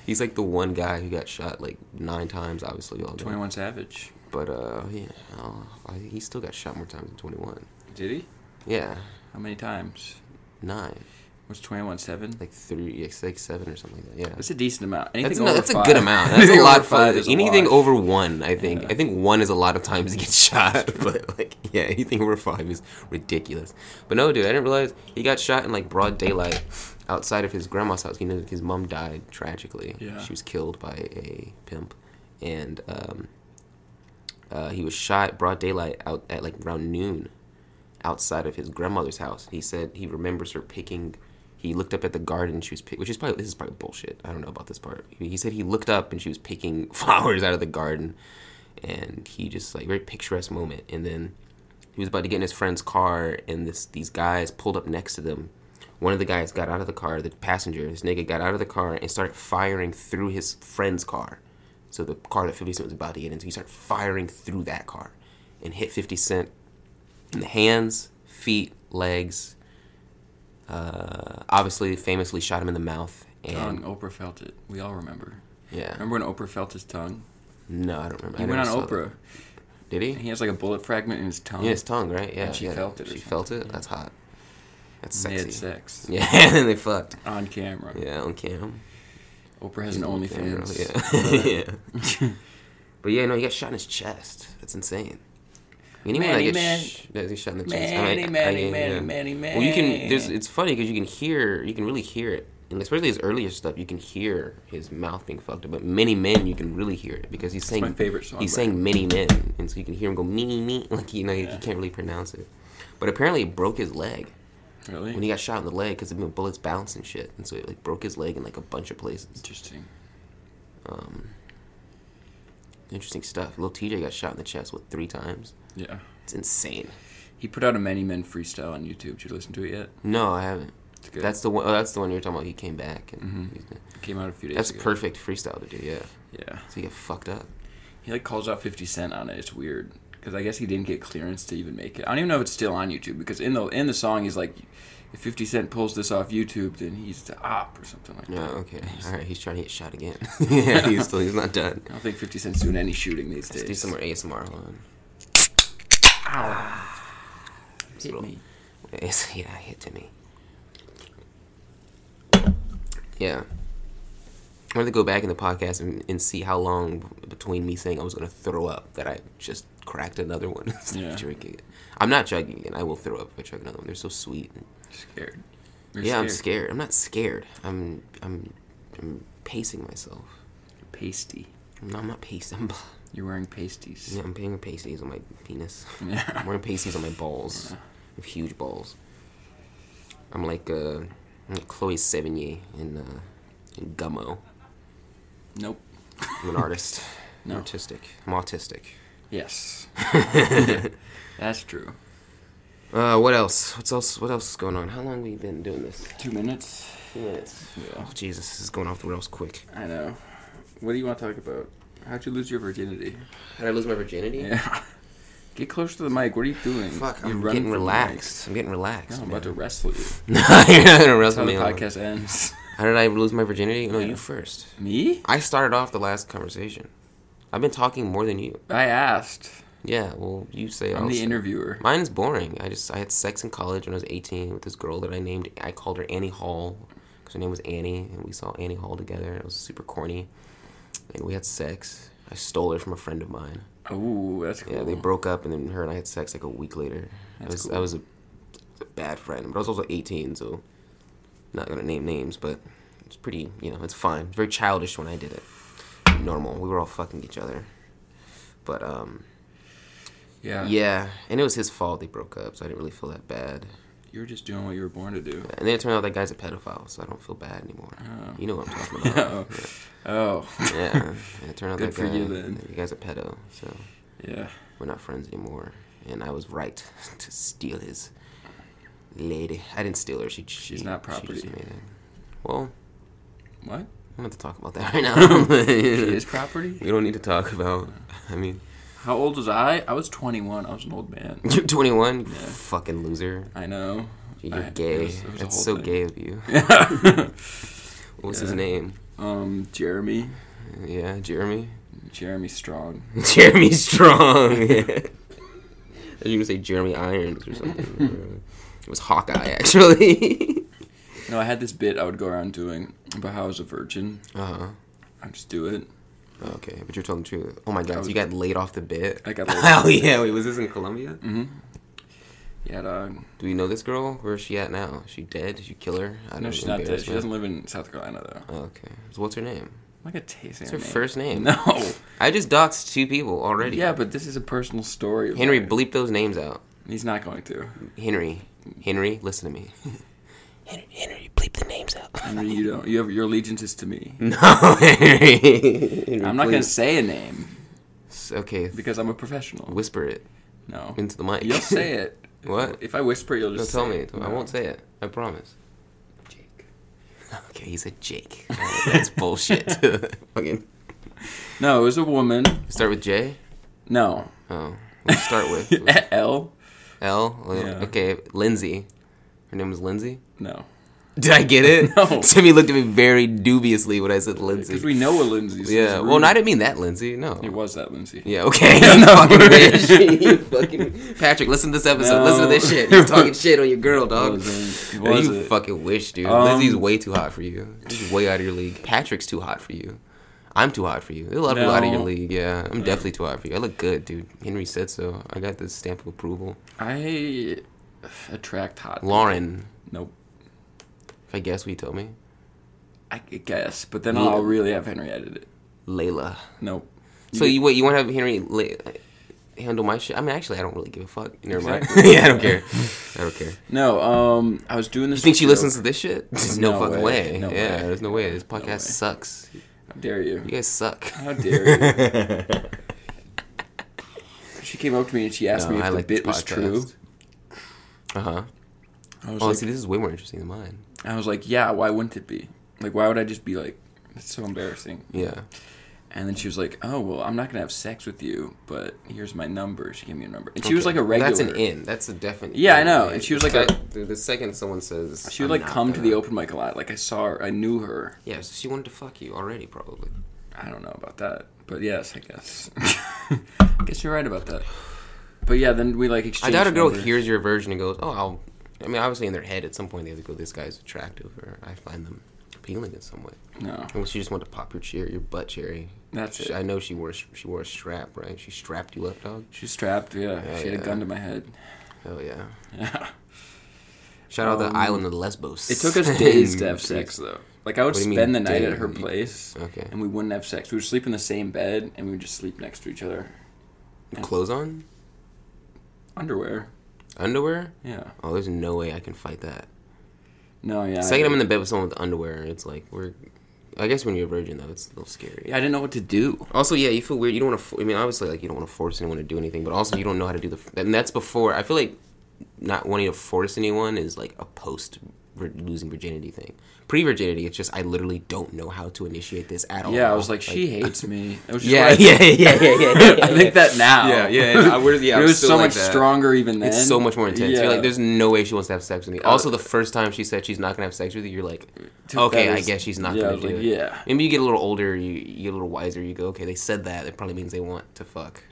Speaker 2: he's like the one guy who got shot like nine times. Obviously, we all know.
Speaker 1: Twenty One Savage.
Speaker 2: But uh, yeah, oh, I- he still got shot more times than twenty one.
Speaker 1: Did he?
Speaker 2: Yeah,
Speaker 1: How many times?
Speaker 2: nine,
Speaker 1: Was twenty one seven?
Speaker 2: like three, like six, seven, or something like that. Yeah.
Speaker 1: That's a decent amount. Anything
Speaker 2: That's,
Speaker 1: over
Speaker 2: no, that's a
Speaker 1: five-
Speaker 2: good amount. That's a
Speaker 1: anything
Speaker 2: lot
Speaker 1: over
Speaker 2: of fun.
Speaker 1: is a
Speaker 2: Anything
Speaker 1: wash.
Speaker 2: over one, I think.
Speaker 1: Yeah.
Speaker 2: I think one is a lot of times he gets shot, but like, yeah, anything over five is ridiculous. But no, dude, I didn't realize he got shot in like broad daylight outside of his grandma's house. You know, his mom died tragically.
Speaker 1: Yeah.
Speaker 2: She was killed by a pimp, and um, uh, he was shot broad daylight out at like around noon outside of his grandmother's house. He said he remembers her picking. He looked up at the garden. She was pick, which is probably this is probably bullshit. I don't know about this part. He he said he looked up and she was picking flowers out of the garden, and he just like very picturesque moment. And then he was about to get in his friend's car, and this these guys pulled up next to them. One of the guys got out of the car. The passenger, this nigga, got out of the car and started firing through his friend's car. So the car that Fifty Cent was about to get into, he started firing through that car, and hit Fifty Cent in the hands, feet, legs. Uh, obviously, famously shot him in the mouth.
Speaker 1: Tongue.
Speaker 2: And
Speaker 1: Oprah felt it. We all remember.
Speaker 2: yeah,
Speaker 1: Remember when Oprah felt his tongue?
Speaker 2: no, I don't remember.
Speaker 1: He
Speaker 2: I
Speaker 1: went
Speaker 2: never
Speaker 1: on
Speaker 2: saw that.
Speaker 1: Oprah.
Speaker 2: Did he?
Speaker 1: He has like a bullet fragment in his tongue.
Speaker 2: Yeah, his tongue, right? Yeah.
Speaker 1: And she
Speaker 2: yeah.
Speaker 1: felt it or
Speaker 2: She
Speaker 1: something.
Speaker 2: felt it.
Speaker 1: Yeah.
Speaker 2: That's hot. That's
Speaker 1: They
Speaker 2: sexy.
Speaker 1: had sex
Speaker 2: Yeah, and then they fucked.
Speaker 1: on camera.
Speaker 2: Yeah, on cam.
Speaker 1: Oprah has an
Speaker 2: On camera,
Speaker 1: OnlyFans.
Speaker 2: Yeah. yeah. But yeah, no, he got shot in his chest. That's insane. Anyone
Speaker 1: Manny,
Speaker 2: that
Speaker 1: man.
Speaker 2: gets sh- that gets shot in the chest. I
Speaker 1: Manny,
Speaker 2: mean, I-
Speaker 1: Manny,
Speaker 2: I-
Speaker 1: Manny,
Speaker 2: yeah.
Speaker 1: Manny, Manny.
Speaker 2: Well, you can. There's, it's funny because you can hear, you can really hear it, and especially his earlier stuff. You can hear his mouth being fucked up. But many men, you can really hear it because he's saying
Speaker 1: my favorite song
Speaker 2: He's
Speaker 1: by
Speaker 2: saying many men, and so you can hear him go me me like you know you
Speaker 1: Yeah.
Speaker 2: can't really pronounce it. But apparently, it broke his leg
Speaker 1: really
Speaker 2: when he got shot in the leg because the bullets bounced and shit, and so it like broke his leg in like a bunch of places.
Speaker 1: interesting.
Speaker 2: Um, interesting stuff. Little TJ got shot in the chest what three times.
Speaker 1: Yeah.
Speaker 2: It's insane.
Speaker 1: He put out a Many Men freestyle on YouTube. Did you listen to it yet?
Speaker 2: No, I haven't.
Speaker 1: It's good.
Speaker 2: That's the one. Oh, that's the one you were talking about. He came back and he's
Speaker 1: it came out a few days
Speaker 2: That's
Speaker 1: ago.
Speaker 2: perfect freestyle to do, yeah.
Speaker 1: Yeah.
Speaker 2: So you get fucked up.
Speaker 1: He like calls out 50 Cent on it. It's weird because I guess he didn't get clearance to even make it. I don't even know if it's still on YouTube because in the in the song he's like, if 50 Cent pulls this off YouTube, then he's the op or something like
Speaker 2: No,
Speaker 1: that.
Speaker 2: okay. All right, he's trying to get shot again. yeah, he's still he's not done.
Speaker 1: I don't think 50 Cent's doing any shooting these days.
Speaker 2: Let's do some more ASMR on.
Speaker 1: Hit me.
Speaker 2: It's, yeah, hit to me. Yeah. I want to go back in the podcast and, and see how long b- between me saying I was going to throw up that I just cracked another one
Speaker 1: Yeah.
Speaker 2: drinking it. I'm not chugging it. I will throw up if I chug another one. They're so sweet.
Speaker 1: Scared. You're
Speaker 2: yeah, I'm scared. I'm not scared. I'm I'm I'm pacing myself.
Speaker 1: Pasty.
Speaker 2: No, I'm not pacing. I'm,
Speaker 1: You're wearing pasties.
Speaker 2: yeah, I'm putting pasties on my penis.
Speaker 1: Yeah.
Speaker 2: I'm wearing pasties on my balls. I have huge balls. I'm like uh, I'm like Chloe Sevigny in uh, in Gummo.
Speaker 1: Nope.
Speaker 2: I'm an artist. I'm
Speaker 1: No.
Speaker 2: Artistic. I'm autistic.
Speaker 1: Yes. That's true.
Speaker 2: Uh, what else? What's else? What else is going on? How long have we been doing this?
Speaker 1: Two minutes.
Speaker 2: Two minutes.
Speaker 1: Yeah.
Speaker 2: Oh Jesus, this is going off the rails quick.
Speaker 1: I know. What do you want to talk about? How'd you lose your virginity?
Speaker 2: Did I lose my virginity?
Speaker 1: Yeah. Get close to the mic. What are you doing?
Speaker 2: Fuck,
Speaker 1: You
Speaker 2: I'm
Speaker 1: run
Speaker 2: getting
Speaker 1: from the mic.
Speaker 2: relaxed. I'm getting relaxed.
Speaker 1: No, I'm
Speaker 2: man.
Speaker 1: about to wrestle you.
Speaker 2: No, you're not gonna
Speaker 1: That's
Speaker 2: wrestle
Speaker 1: how the
Speaker 2: me. on it.
Speaker 1: podcast ends.
Speaker 2: How did I lose my virginity? No,
Speaker 1: Yeah.
Speaker 2: you first.
Speaker 1: Me?
Speaker 2: I started off the last conversation. I've been talking more than you.
Speaker 1: I asked.
Speaker 2: Yeah, well, you say it.
Speaker 1: I'm
Speaker 2: I'll
Speaker 1: the
Speaker 2: say it.
Speaker 1: interviewer.
Speaker 2: Mine's boring. I just I had sex in college when I was 18 with this girl that I named. I called her Annie Hall because her name was Annie, and we saw Annie Hall together. It was super corny, and we had sex. I stole her from a friend of mine.
Speaker 1: Oh, that's cool.
Speaker 2: Yeah, they broke up, and then her and I had sex like a week later. I
Speaker 1: That's
Speaker 2: was I
Speaker 1: cool.
Speaker 2: was a, a bad friend, but I was also 18, so not gonna name names, but it's pretty, you know, it's fine. It's very childish when I did it. Normal. We were all fucking each other, but um,
Speaker 1: Yeah.
Speaker 2: yeah, and it was his fault they broke up, so I didn't really feel that bad.
Speaker 1: You were just doing what you were born to do.
Speaker 2: And then it turned out that guy's a pedophile, so I don't feel bad anymore.
Speaker 1: Oh.
Speaker 2: You know what I'm talking
Speaker 1: Oh.
Speaker 2: about?
Speaker 1: Oh.
Speaker 2: yeah. And it turned out
Speaker 1: Good
Speaker 2: that
Speaker 1: for
Speaker 2: guy,
Speaker 1: you, then.
Speaker 2: the guy's a pedo, so
Speaker 1: Yeah.
Speaker 2: we're not friends anymore. And I was right to steal his lady. I didn't steal her. She
Speaker 1: She's
Speaker 2: she-
Speaker 1: not
Speaker 2: she just
Speaker 1: property.
Speaker 2: made it. Well,
Speaker 1: What?
Speaker 2: we don't have to talk about that right now.
Speaker 1: She is property?
Speaker 2: we don't need to talk about. I mean,
Speaker 1: How old was I? I was 21. I was an old man.
Speaker 2: you're 21. You
Speaker 1: Yeah.
Speaker 2: fucking loser.
Speaker 1: I know.
Speaker 2: You're
Speaker 1: I- it
Speaker 2: gay.
Speaker 1: was- it was a
Speaker 2: That's
Speaker 1: whole
Speaker 2: so
Speaker 1: thing.
Speaker 2: gay of you. What was his
Speaker 1: Yeah.
Speaker 2: name?
Speaker 1: um, Jeremy.
Speaker 2: Yeah, Jeremy.
Speaker 1: Jeremy Strong.
Speaker 2: Jeremy Strong. Yeah. I was gonna say Jeremy Irons or something. it was Hawkeye, actually.
Speaker 1: No, I had this bit I would go around doing about how I was a virgin.
Speaker 2: uh huh.
Speaker 1: I just do it.
Speaker 2: Oh, Okay, but you're telling the truth. Oh my
Speaker 1: I
Speaker 2: god,
Speaker 1: was-
Speaker 2: so you got laid off the bit.
Speaker 1: I got laid off
Speaker 2: Oh yeah, wait, was this in Colombia?
Speaker 1: Mm-hmm. Yeah, dog.
Speaker 2: Do we know this girl? Where's she at now? Is she dead? Did you kill her? I
Speaker 1: No, she's not dead. She
Speaker 2: embarrassment.
Speaker 1: doesn't live in South Carolina though.
Speaker 2: Oh, okay. So what's her name?
Speaker 1: I'm not gonna taste
Speaker 2: What's
Speaker 1: her
Speaker 2: her
Speaker 1: name.
Speaker 2: first name?
Speaker 1: No.
Speaker 2: I just doxed two people already.
Speaker 1: Yeah, but this is a personal story. of
Speaker 2: Henry,
Speaker 1: mine.
Speaker 2: bleep those names out.
Speaker 1: He's not going to.
Speaker 2: Henry, Henry, listen to me. Henry, Henry, bleep the names out.
Speaker 1: Henry, you don't. You have your allegiance is to me.
Speaker 2: No, Henry.
Speaker 1: I'm not gonna say a name
Speaker 2: Okay,
Speaker 1: because I'm a professional.
Speaker 2: whisper it
Speaker 1: No.
Speaker 2: into the mic.
Speaker 1: You'll say it.
Speaker 2: What?
Speaker 1: If I whisper, you'll
Speaker 2: No,
Speaker 1: just
Speaker 2: tell
Speaker 1: say
Speaker 2: me.
Speaker 1: It.
Speaker 2: I
Speaker 1: No.
Speaker 2: won't say it. I promise.
Speaker 1: Jake.
Speaker 2: Okay, he said Jake. That's bullshit. Fucking
Speaker 1: No, it was a woman.
Speaker 2: start with J.
Speaker 1: No.
Speaker 2: Oh, we start with
Speaker 1: L.
Speaker 2: L. Well,
Speaker 1: Yeah.
Speaker 2: Okay, Lindsay. Her name was Lindsay.
Speaker 1: No.
Speaker 2: Did I get it?
Speaker 1: No.
Speaker 2: Timmy looked at me very dubiously when I said Lindsay.
Speaker 1: Because we know what Lindsay's.
Speaker 2: yeah. Well, no, I didn't mean that Lindsay. No.
Speaker 1: It was that Lindsay.
Speaker 2: Yeah. Okay.
Speaker 1: Yeah,
Speaker 2: you
Speaker 1: no.
Speaker 2: fucking bitch. you fucking Patrick. Listen to this episode.
Speaker 1: No.
Speaker 2: Listen to this shit. You're talking shit on your girl, dog.
Speaker 1: wasn't. It
Speaker 2: No, you
Speaker 1: wasn't.
Speaker 2: fucking wish, dude.
Speaker 1: Um,
Speaker 2: Lizzie's way too hot for you. Lizzie's way out of your league. Patrick's too hot for you. I'm too hot for you. There's a lot of people out of your
Speaker 1: No.
Speaker 2: league. Yeah, I'm definitely too hot for you. I look good, dude. Henry said so. I got the stamp of approval.
Speaker 1: I attract hot.
Speaker 2: Lauren,
Speaker 1: Nope.
Speaker 2: if I guess what you told me.
Speaker 1: I could guess, but then
Speaker 2: Yeah.
Speaker 1: I'll really have Henry edit it.
Speaker 2: Layla.
Speaker 1: Nope.
Speaker 2: So you wait, you want to have Henry la- handle my shit? I mean, actually, I don't really give a fuck. Never mind.
Speaker 1: Exactly.
Speaker 2: yeah, I don't care. I don't care.
Speaker 1: No, um, I was doing this.
Speaker 2: You think she
Speaker 1: joke.
Speaker 2: listens to this shit? There's no,
Speaker 1: No
Speaker 2: fucking way.
Speaker 1: way. No
Speaker 2: yeah,
Speaker 1: way.
Speaker 2: there's no way. This podcast
Speaker 1: way.
Speaker 2: sucks.
Speaker 1: How dare you?
Speaker 2: You guys suck.
Speaker 1: How dare you? she came up to me and she asked
Speaker 2: No,
Speaker 1: me if
Speaker 2: I
Speaker 1: the
Speaker 2: like this
Speaker 1: bit was
Speaker 2: podcast.
Speaker 1: true.
Speaker 2: Uh huh.
Speaker 1: I was,
Speaker 2: Oh,
Speaker 1: like,
Speaker 2: see, this is way more interesting than mine.
Speaker 1: I was like, yeah, why wouldn't it be? Like, why would I just be like, that's so embarrassing.
Speaker 2: Yeah.
Speaker 1: And then she was like, oh, well, I'm not going to have sex with you, but here's my number. She gave me a number. And she was
Speaker 2: Okay.
Speaker 1: like a regular.
Speaker 2: That's an in. That's a definite.
Speaker 1: Yeah, I
Speaker 2: in,
Speaker 1: know.
Speaker 2: right?
Speaker 1: And she was like
Speaker 2: the,
Speaker 1: a-
Speaker 2: sec- the- the second someone says
Speaker 1: She would
Speaker 2: "I'm
Speaker 1: like
Speaker 2: not
Speaker 1: come to
Speaker 2: gonna-"
Speaker 1: the open mic a lot. Like I saw her, I knew her.
Speaker 2: Yeah, so she wanted to fuck you already, probably.
Speaker 1: I don't know about that, but yes, I guess. I guess you're right about that. But yeah, then we like
Speaker 2: I
Speaker 1: exchanged.
Speaker 2: doubt a girl
Speaker 1: numbers.
Speaker 2: hears your version and goes, "Oh, I'll." I mean, obviously, in their head, at some point, they have to go, "This guy's attractive," or "I find them appealing in some way."
Speaker 1: No,
Speaker 2: Unless she just wanted to pop your cherry, your butt cherry.
Speaker 1: that's
Speaker 2: She-
Speaker 1: it.
Speaker 2: I know she wore a, sh- she wore a strap, right? She strapped you up, dog.
Speaker 1: She's strapped. Yeah,
Speaker 2: Yeah,
Speaker 1: she had
Speaker 2: yeah.
Speaker 1: a gun to my head.
Speaker 2: Hell yeah!
Speaker 1: Yeah.
Speaker 2: Shout out
Speaker 1: Um,
Speaker 2: the island of Lesbos.
Speaker 1: It took us days to have sex though. Like I would
Speaker 2: What do you
Speaker 1: spend
Speaker 2: mean,
Speaker 1: the night
Speaker 2: day?
Speaker 1: at her
Speaker 2: You-
Speaker 1: place,
Speaker 2: Okay.
Speaker 1: and we wouldn't have sex. We would sleep in the same bed, and we would just sleep next to each other,
Speaker 2: Clothes on,
Speaker 1: underwear.
Speaker 2: underwear.
Speaker 1: Yeah.
Speaker 2: Oh, there's no way I can fight that.
Speaker 1: No. Yeah.
Speaker 2: Second,
Speaker 1: I,
Speaker 2: I'm in the bed with someone with underwear. It's like we're. I guess when you're a virgin though, it's a little scary.
Speaker 1: yeah, I didn't know what to do.
Speaker 2: Also, yeah, you feel weird. You don't want to. I mean, obviously, like you don't want to force anyone to do anything, but also you don't know how to do the. And that's before. I feel like not wanting to force anyone is like a post vir- losing virginity thing. Pre virginity, it's just I literally don't know how to initiate this at all.
Speaker 1: Yeah, I was like, she hates me. It was just
Speaker 2: Oh, Yeah,
Speaker 1: like-
Speaker 2: yeah, yeah, yeah, yeah, yeah.
Speaker 1: I think that now.
Speaker 2: Yeah, yeah, yeah. I was- yeah, I
Speaker 1: it
Speaker 2: was
Speaker 1: was
Speaker 2: still
Speaker 1: so
Speaker 2: like
Speaker 1: much
Speaker 2: that.
Speaker 1: stronger even then.
Speaker 2: It's so much more intense. You're
Speaker 1: Yeah.
Speaker 2: like, there's no way she wants to have sex with me. Also, the first time she said she's not gonna have sex with you, you're like,
Speaker 1: Dude,
Speaker 2: okay,
Speaker 1: that
Speaker 2: I
Speaker 1: is-
Speaker 2: guess she's not
Speaker 1: yeah, I
Speaker 2: gonna
Speaker 1: was
Speaker 2: do
Speaker 1: like,
Speaker 2: it.
Speaker 1: yeah.
Speaker 2: Maybe you get a little older, you, you get a little wiser, you go, okay, they said that. It probably means they want to fuck,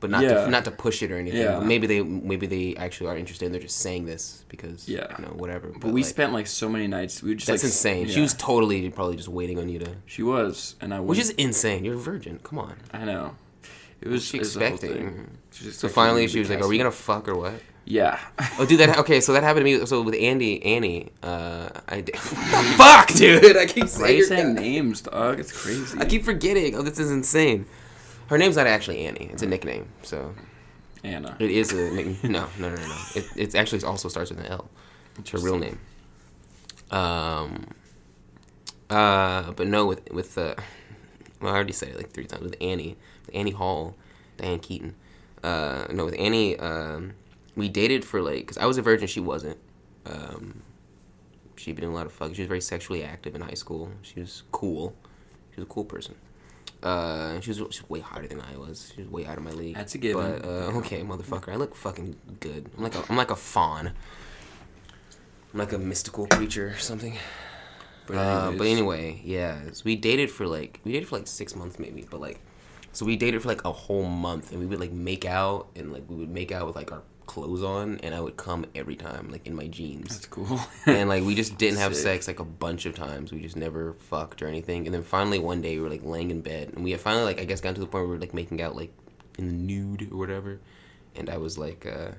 Speaker 2: but not
Speaker 1: Yeah.
Speaker 2: to, not to push it or anything.
Speaker 1: Yeah.
Speaker 2: Maybe they maybe they actually are interested. and They're just saying this because
Speaker 1: Yeah.
Speaker 2: you know whatever.
Speaker 1: But we
Speaker 2: like,
Speaker 1: spent like so many nights. We just
Speaker 2: that's
Speaker 1: like,
Speaker 2: insane. She
Speaker 1: yeah.
Speaker 2: was totally probably just waiting on you to,
Speaker 1: She was, and I
Speaker 2: which
Speaker 1: was.
Speaker 2: is insane. You're a virgin. Come on.
Speaker 1: I know. It was
Speaker 2: she
Speaker 1: it was the whole
Speaker 2: expecting?
Speaker 1: thing. She was
Speaker 2: So
Speaker 1: expecting
Speaker 2: finally,
Speaker 1: me to
Speaker 2: she
Speaker 1: be
Speaker 2: was like, "Are we
Speaker 1: casted.
Speaker 2: gonna fuck or what?"
Speaker 1: Yeah.
Speaker 2: Oh, dude, that okay. So that happened to me. So with Andy, Annie, uh, I did- fuck, dude. I keep
Speaker 1: Why are
Speaker 2: saying,
Speaker 1: you
Speaker 2: your
Speaker 1: saying
Speaker 2: name.
Speaker 1: names, dog? It's crazy.
Speaker 2: I keep forgetting. Oh, this is insane. Her name's not actually Annie. It's a nickname. So
Speaker 1: Anna.
Speaker 2: it is a nick- no, no, no, no. no. It, it actually also starts with an L. It's her real name. Um. Uh, but no, with with uh, well, I already said it like three times with Annie, with Annie Hall, Diane Keaton. Uh, no, with Annie, um, we dated for like because I was a virgin, she wasn't. Um, she'd been doing a lot of fuck. She was very sexually active in high school. She was cool. She was a cool person. Uh, she was, she was way hotter than I was. She was way out of my league.
Speaker 1: That's a given.
Speaker 2: But, uh, okay, motherfucker, I look fucking good. I'm like a, I'm like a fawn. I'm like a mystical creature or something.
Speaker 1: But
Speaker 2: Uh, but
Speaker 1: anyways,
Speaker 2: anyway, yeah, so we dated for like we dated for like six months maybe, but like, so we dated for like a whole month, and we would like make out, and like we would make out with like our clothes on, and I would come every time, like in my jeans,
Speaker 1: that's cool.
Speaker 2: and like we just didn't have
Speaker 1: Sick.
Speaker 2: sex like a bunch of times, we just never fucked or anything, and then finally one day we were like laying in bed, and we had finally like I guess gotten to the point where we were like making out like in the nude or whatever, and I was like. uh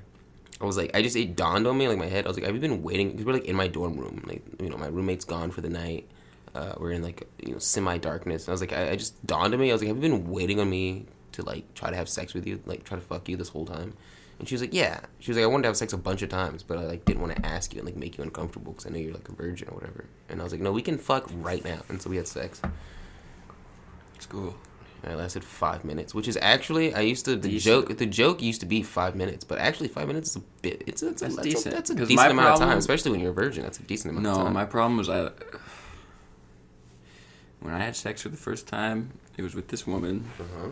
Speaker 2: I was like, I just it dawned on me like my head. I was like, I've been waiting because we're like in my dorm room, like you know, my roommate's gone for the night. Uh, we're in like you know semi darkness, and I was like, I, I just dawned on me. I was like, have you been waiting on me to like try to have sex with you, like try to fuck you this whole time? And she was like, yeah. She was like, I wanted to have sex a bunch of times, but I like didn't want to ask you and like make you uncomfortable because I know you're like a virgin or whatever. And I was like, no, we can fuck right now. And so we had sex.
Speaker 1: It's cool.
Speaker 2: And it lasted five minutes, which is actually I used to the
Speaker 1: Decent.
Speaker 2: joke. The joke used to be five minutes, but actually five minutes is a bit. It's a, it's a,
Speaker 1: That's
Speaker 2: that's,
Speaker 1: decent,
Speaker 2: a that's a
Speaker 1: 'cause
Speaker 2: decent
Speaker 1: my
Speaker 2: amount of time,
Speaker 1: problem-
Speaker 2: especially when you're a virgin. That's a decent amount of
Speaker 1: No,
Speaker 2: time.
Speaker 1: my problem was I. When I had sex for the first time, it was with this woman.
Speaker 2: uh-huh.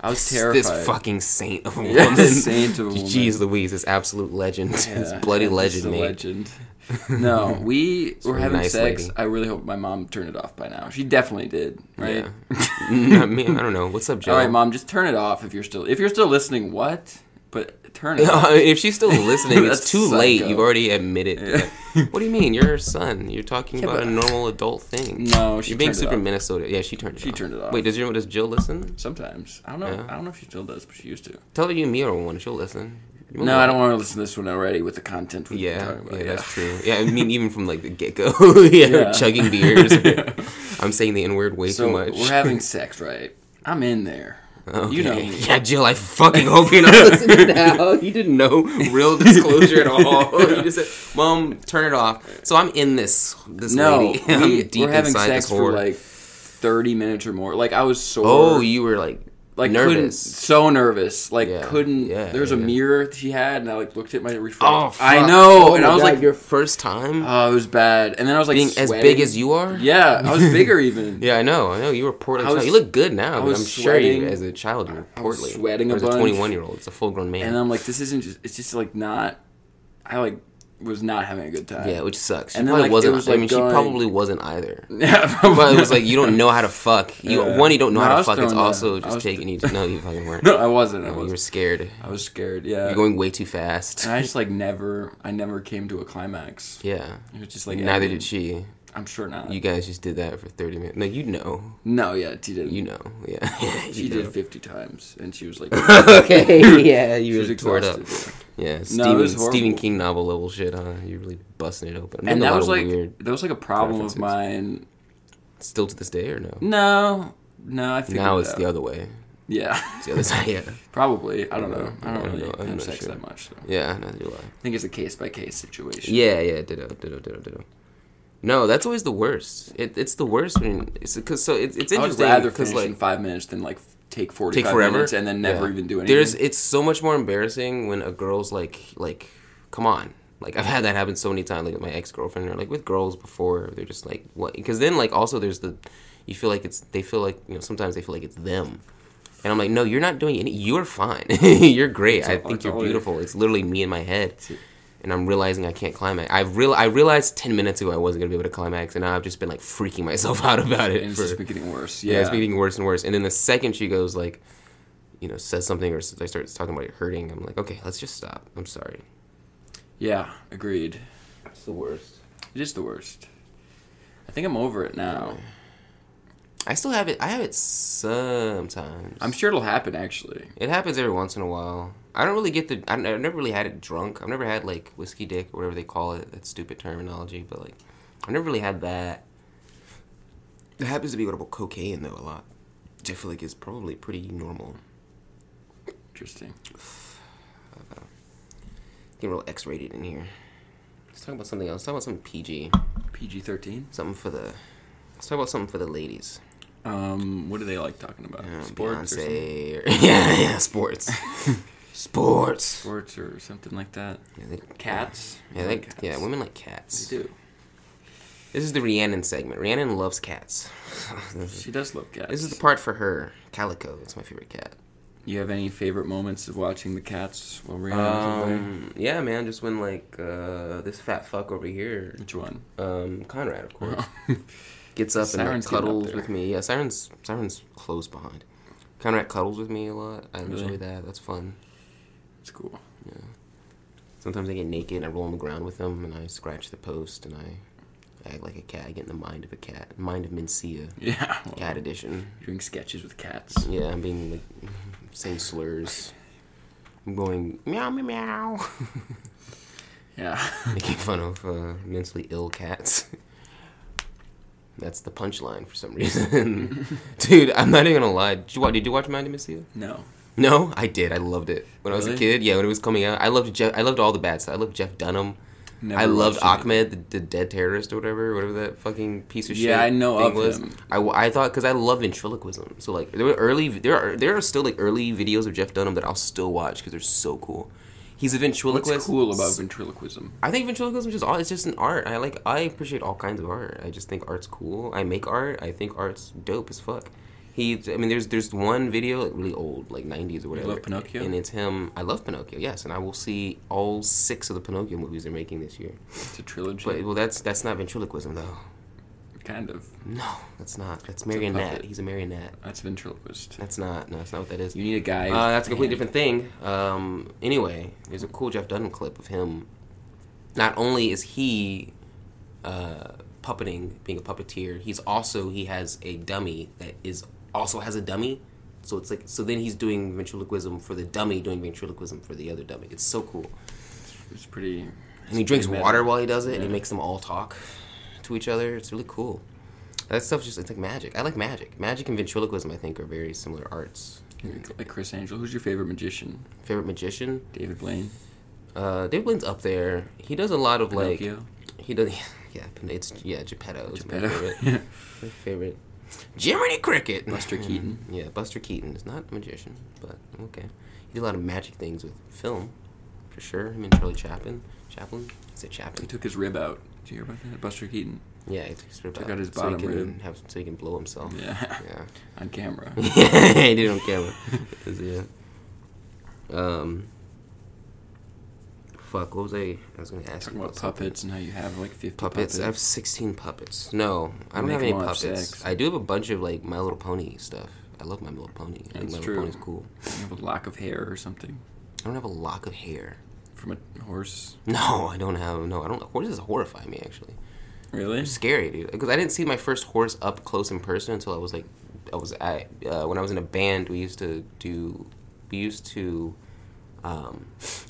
Speaker 1: I was
Speaker 2: This-
Speaker 1: terrified.
Speaker 2: This fucking saint of a woman.
Speaker 1: Yeah, saint of a woman.
Speaker 2: Jeez Louise, this absolute legend. this
Speaker 1: Yeah,
Speaker 2: bloody
Speaker 1: just
Speaker 2: legend,
Speaker 1: a
Speaker 2: mate.
Speaker 1: legend. No, we were
Speaker 2: a
Speaker 1: having
Speaker 2: nice
Speaker 1: sex.
Speaker 2: lady.
Speaker 1: I really hope my mom turned it off by now. She definitely did, right?
Speaker 2: Yeah. Not me, I don't know. What's up, Joe?
Speaker 1: All right, mom, just turn it off if you're still if you're still listening. What? But turn it off.
Speaker 2: Uh, if she's still listening, it's
Speaker 1: That's
Speaker 2: too late.
Speaker 1: psycho.
Speaker 2: You've already admitted.
Speaker 1: Yeah.
Speaker 2: that. What do you mean? You're her son. You're talking
Speaker 1: Yeah,
Speaker 2: about a
Speaker 1: but-
Speaker 2: normal adult thing.
Speaker 1: No, she
Speaker 2: You're being
Speaker 1: turned it
Speaker 2: super
Speaker 1: off.
Speaker 2: Minnesota. Yeah, she turned it
Speaker 1: She
Speaker 2: off.
Speaker 1: turned it off.
Speaker 2: Wait, does your does Jill listen?
Speaker 1: Sometimes I don't know.
Speaker 2: Yeah.
Speaker 1: I don't know if she still does, but she used to.
Speaker 2: Tell her you and me are one. She'll listen. You won't
Speaker 1: No,
Speaker 2: know.
Speaker 1: I don't want to listen to this one already with the content we've been
Speaker 2: Yeah,
Speaker 1: talking about.
Speaker 2: yeah, that's true. Yeah, I mean, even from like the get go, yeah,
Speaker 1: Yeah.
Speaker 2: chugging beers. I'm saying the N word way
Speaker 1: So
Speaker 2: too much.
Speaker 1: we're having sex, right? I'm in there. You know
Speaker 2: Okay.
Speaker 1: me.
Speaker 2: Yeah, Jill, I fucking hope you're not listening now. You didn't know real disclosure at all. You just said, Mom, turn it off. So I'm in this this
Speaker 1: No,
Speaker 2: lady. I'm
Speaker 1: we,
Speaker 2: deep
Speaker 1: we're having
Speaker 2: inside
Speaker 1: sex
Speaker 2: this
Speaker 1: for
Speaker 2: whore.
Speaker 1: like thirty minutes or more. Like I was sore.
Speaker 2: oh, you were like,
Speaker 1: like couldn't
Speaker 2: nervous.
Speaker 1: so nervous like
Speaker 2: Yeah,
Speaker 1: couldn't
Speaker 2: yeah,
Speaker 1: there was a
Speaker 2: yeah.
Speaker 1: mirror she had and i like looked at my reflection
Speaker 2: Oh, fuck.
Speaker 1: i know
Speaker 2: Oh
Speaker 1: and
Speaker 2: my
Speaker 1: i was
Speaker 2: God,
Speaker 1: like
Speaker 2: your first time
Speaker 1: oh it was bad and then i was like
Speaker 2: being as
Speaker 1: sweating.
Speaker 2: big as you are.
Speaker 1: yeah i was bigger even
Speaker 2: Yeah, I know. I know you were portly.
Speaker 1: I
Speaker 2: child.
Speaker 1: was-
Speaker 2: you look good now. but
Speaker 1: was
Speaker 2: I'm sure you,
Speaker 1: sweating.
Speaker 2: as a child, you were
Speaker 1: I was
Speaker 2: portly.
Speaker 1: sweating a
Speaker 2: Or as
Speaker 1: bunch.
Speaker 2: 21 year old, it's a full grown man.
Speaker 1: and i'm like this isn't just it's just like not i like was not having a good time
Speaker 2: yeah, which sucks. She
Speaker 1: And then,
Speaker 2: probably
Speaker 1: like, it
Speaker 2: wasn't.
Speaker 1: was,
Speaker 2: I
Speaker 1: like,
Speaker 2: mean,
Speaker 1: going-
Speaker 2: she probably wasn't either.
Speaker 1: yeah
Speaker 2: But it was like you don't know how to fuck. You
Speaker 1: Yeah.
Speaker 2: one, you don't know
Speaker 1: No, I
Speaker 2: how to
Speaker 1: was
Speaker 2: fuck. It's
Speaker 1: throwing
Speaker 2: also
Speaker 1: that. I
Speaker 2: just
Speaker 1: was
Speaker 2: taking you. No, you fucking weren't.
Speaker 1: no i wasn't i
Speaker 2: No, you were
Speaker 1: was
Speaker 2: scared.
Speaker 1: i was scared yeah
Speaker 2: You're going way too fast.
Speaker 1: and i just like never i never came to a climax
Speaker 2: Yeah.
Speaker 1: it was just like
Speaker 2: Neither
Speaker 1: ended.
Speaker 2: did she.
Speaker 1: i'm sure not
Speaker 2: You guys just did that for thirty minutes. No, you know.
Speaker 1: no yeah she didn't
Speaker 2: You know. Yeah.
Speaker 1: she
Speaker 2: You
Speaker 1: did
Speaker 2: know.
Speaker 1: 50 times and she was like
Speaker 2: okay. Yeah, you
Speaker 1: she was
Speaker 2: really tore it up.
Speaker 1: exhausted yeah.
Speaker 2: Yeah.
Speaker 1: No, it
Speaker 2: Stephen,
Speaker 1: was
Speaker 2: Stephen
Speaker 1: horrible.
Speaker 2: King novel level shit, huh? You're really busting it open.
Speaker 1: and that was like
Speaker 2: weird.
Speaker 1: that was like a problem of
Speaker 2: preferences.
Speaker 1: mine.
Speaker 2: Still to this day, or no?
Speaker 1: No, no, I figured
Speaker 2: Now
Speaker 1: it
Speaker 2: it's
Speaker 1: out.
Speaker 2: the other way.
Speaker 1: yeah,
Speaker 2: It's the other side. Yeah.
Speaker 1: probably. I don't know.
Speaker 2: Yeah,
Speaker 1: I
Speaker 2: I
Speaker 1: don't
Speaker 2: don't
Speaker 1: really
Speaker 2: know. I'm
Speaker 1: have
Speaker 2: not
Speaker 1: sex
Speaker 2: sure.
Speaker 1: that much. So.
Speaker 2: Yeah. Neither do I.
Speaker 1: I think it's a case by case situation.
Speaker 2: Yeah, yeah, ditto, ditto, ditto, ditto. No, that's always the worst. It, it's the worst when it's because so it's it's
Speaker 1: I would
Speaker 2: interesting
Speaker 1: rather
Speaker 2: because
Speaker 1: finish in
Speaker 2: like
Speaker 1: five minutes than like take forty
Speaker 2: take forever
Speaker 1: minutes and then never
Speaker 2: Yeah.
Speaker 1: even do anything.
Speaker 2: There's it's so much more embarrassing when a girl's like like come on. Like I've had that happen so many times, like with my ex girlfriend or like with girls before. They're just like what? Because then like also there's the you feel like it's they feel like you know sometimes they feel like it's them. And I'm like, no, you're not doing any. You're fine. you're great.
Speaker 1: It's
Speaker 2: I
Speaker 1: all-
Speaker 2: think
Speaker 1: it's
Speaker 2: you're
Speaker 1: all you.
Speaker 2: beautiful. It's literally me in my head, and I'm realizing I can't climax. I real I realized ten minutes ago I wasn't gonna be able to climax, and now I've just been like freaking myself out about it.
Speaker 1: and it's
Speaker 2: for-
Speaker 1: just been getting worse.
Speaker 2: yeah,
Speaker 1: Yeah,
Speaker 2: it's been getting worse and worse. And then the second she goes like, you know, says something or s- like starts talking about it hurting, I'm like, okay, let's just stop. I'm sorry.
Speaker 1: yeah, agreed.
Speaker 2: It's the worst.
Speaker 1: It is the worst. I think I'm over it now.
Speaker 2: I still have it. I have it sometimes.
Speaker 1: I'm sure it'll happen actually.
Speaker 2: It happens every once in a while. I don't really get the. I don't- I've never really had it drunk. I've never had like whiskey dick or whatever they call it. That stupid terminology, but like, I've never really had that. It happens to be what about cocaine though a lot. Which I feel like is probably pretty normal.
Speaker 1: Interesting.
Speaker 2: Getting real X-rated in here. Let's talk about something else. Let's talk about something PG.
Speaker 1: PG-13.
Speaker 2: Something for the. Let's talk about something for the ladies.
Speaker 1: Um, what do they like talking about?
Speaker 2: Um,
Speaker 1: Sports, or something?
Speaker 2: Beyonce. Or yeah, yeah, sports. sports.
Speaker 1: sports or something like that.
Speaker 2: Yeah, they,
Speaker 1: Cats.
Speaker 2: Yeah,
Speaker 1: I
Speaker 2: they,
Speaker 1: like cats.
Speaker 2: yeah, women like
Speaker 1: They
Speaker 2: cats.
Speaker 1: do.
Speaker 2: This is the Rhiannon segment. Rhiannon loves cats. this
Speaker 1: She does love cats.
Speaker 2: is the part for her. Calico. It's my favorite cat.
Speaker 1: You have any favorite moments of watching the cats while Rihanna was away?
Speaker 2: Um, yeah, man. Just when like uh, this fat fuck over here,
Speaker 1: Which one?
Speaker 2: um, Conrad, of course, gets up
Speaker 1: Siren's
Speaker 2: and like,
Speaker 1: getting up
Speaker 2: cuddles
Speaker 1: there.
Speaker 2: with me. Yeah, Siren's Siren's close behind. Conrad cuddles with me a lot. I enjoy
Speaker 1: Really?
Speaker 2: that. That's fun.
Speaker 1: It's cool.
Speaker 2: Sometimes I get naked and I roll on the ground with them and I scratch the post and I act like a cat. I get in the mind of a cat. Mind of Mencia.
Speaker 1: Yeah. well,
Speaker 2: Cat edition.
Speaker 1: Doing sketches with cats.
Speaker 2: Yeah, I'm being like saying slurs. I'm going meow meow meow,
Speaker 1: Yeah.
Speaker 2: making fun of uh, mentally ill cats. That's the punchline for some reason, dude. I'm not even gonna lie. Did you, wa- did you watch Mind of Missy?
Speaker 1: No.
Speaker 2: No, I did. I loved it when I was a
Speaker 1: Really?
Speaker 2: kid. Yeah, when it was coming out, I loved Jeff. I loved all the bad stuff. I loved Jeff Dunham.
Speaker 1: Never
Speaker 2: I loved
Speaker 1: watched it.
Speaker 2: Ahmed, the, the dead terrorist or whatever, whatever that fucking piece of shit.
Speaker 1: Yeah, I know
Speaker 2: thing
Speaker 1: of him.
Speaker 2: I, w- I thought because I love ventriloquism. So like there were early there are there are still like early videos of Jeff Dunham that I'll still watch because they're so cool. He's a ventriloquist.
Speaker 1: What's cool about ventriloquism?
Speaker 2: I think ventriloquism is just all it's just an art. I like I appreciate all kinds of art. I just think art's cool. I make art. I think art's dope as fuck. He, I mean, there's there's one video like really old, like '90s or whatever.
Speaker 1: love Pinocchio?
Speaker 2: and it's him. I love Pinocchio, yes, and I will see all six of the Pinocchio movies they're making this year.
Speaker 1: It's a trilogy.
Speaker 2: But well, that's that's not ventriloquism though.
Speaker 1: kind of.
Speaker 2: No, that's not. That's marionette.
Speaker 1: puppet.
Speaker 2: He's a marionette.
Speaker 1: That's ventriloquist.
Speaker 2: That's not. No, that's not what that is.
Speaker 1: You need a guy.
Speaker 2: Uh, that's a completely different thing. Um, anyway, there's a cool Jeff Dunham clip of him. Not only is he uh, puppeting, being a puppeteer, he's also he has a dummy that is also has a dummy. So it's like so then he's doing ventriloquism for the dummy, doing ventriloquism for the other dummy. It's so cool.
Speaker 1: different. It's pretty.
Speaker 2: And he drinks
Speaker 1: pretty meta.
Speaker 2: water while he does it, and he
Speaker 1: Yeah.
Speaker 2: makes them all talk to each other. It's really cool. That stuff just it's like magic. I like magic. Magic and ventriloquism, I think, are very similar arts.
Speaker 1: Like Chris Angel. Who's your favorite magician?
Speaker 2: Favorite magician?
Speaker 1: David Blaine.
Speaker 2: Uh, David Blaine's up there. He does a lot of like
Speaker 1: Pinocchio.
Speaker 2: he does yeah it's yeah Geppetto is my favorite
Speaker 1: Yeah.
Speaker 2: my favorite Jiminy Cricket Mm-hmm.
Speaker 1: Buster Keaton.
Speaker 2: yeah Buster Keaton is not a magician but okay he did a lot of magic things with film for sure him and Charlie Chaplin Chaplin is it
Speaker 1: He
Speaker 2: Chaplin
Speaker 1: took his rib out. Did you hear about that? Buster Keaton.
Speaker 2: yeah he took his rib
Speaker 1: Took
Speaker 2: out,
Speaker 1: out his
Speaker 2: so
Speaker 1: bottom
Speaker 2: he can
Speaker 1: rib.
Speaker 2: have so he can blow himself
Speaker 1: Yeah.
Speaker 2: Oh, yeah.
Speaker 1: On camera.
Speaker 2: he did it on camera. Is it? Um. Fuck. What was I? I was gonna ask
Speaker 1: Talking
Speaker 2: you
Speaker 1: about
Speaker 2: something.
Speaker 1: puppets and how you have like 50
Speaker 2: Puppets.
Speaker 1: puppets.
Speaker 2: I have sixteen puppets. No, I
Speaker 1: You
Speaker 2: don't
Speaker 1: make
Speaker 2: have any
Speaker 1: them all have
Speaker 2: puppets.
Speaker 1: sex.
Speaker 2: I do have a bunch of like My Little Pony stuff. I love My Little Pony. I think
Speaker 1: That's
Speaker 2: My
Speaker 1: true.
Speaker 2: Little Pony's cool.
Speaker 1: You have a lock of hair or something
Speaker 2: I don't have a lock of hair.
Speaker 1: from a horse.
Speaker 2: No, I don't have. No, I don't. Horses horrify me actually.
Speaker 1: Really?
Speaker 2: It's scary, dude. Because I didn't see my first horse up close in person until I was like, I was I uh, when I was in a band. We used to do, we used to, um,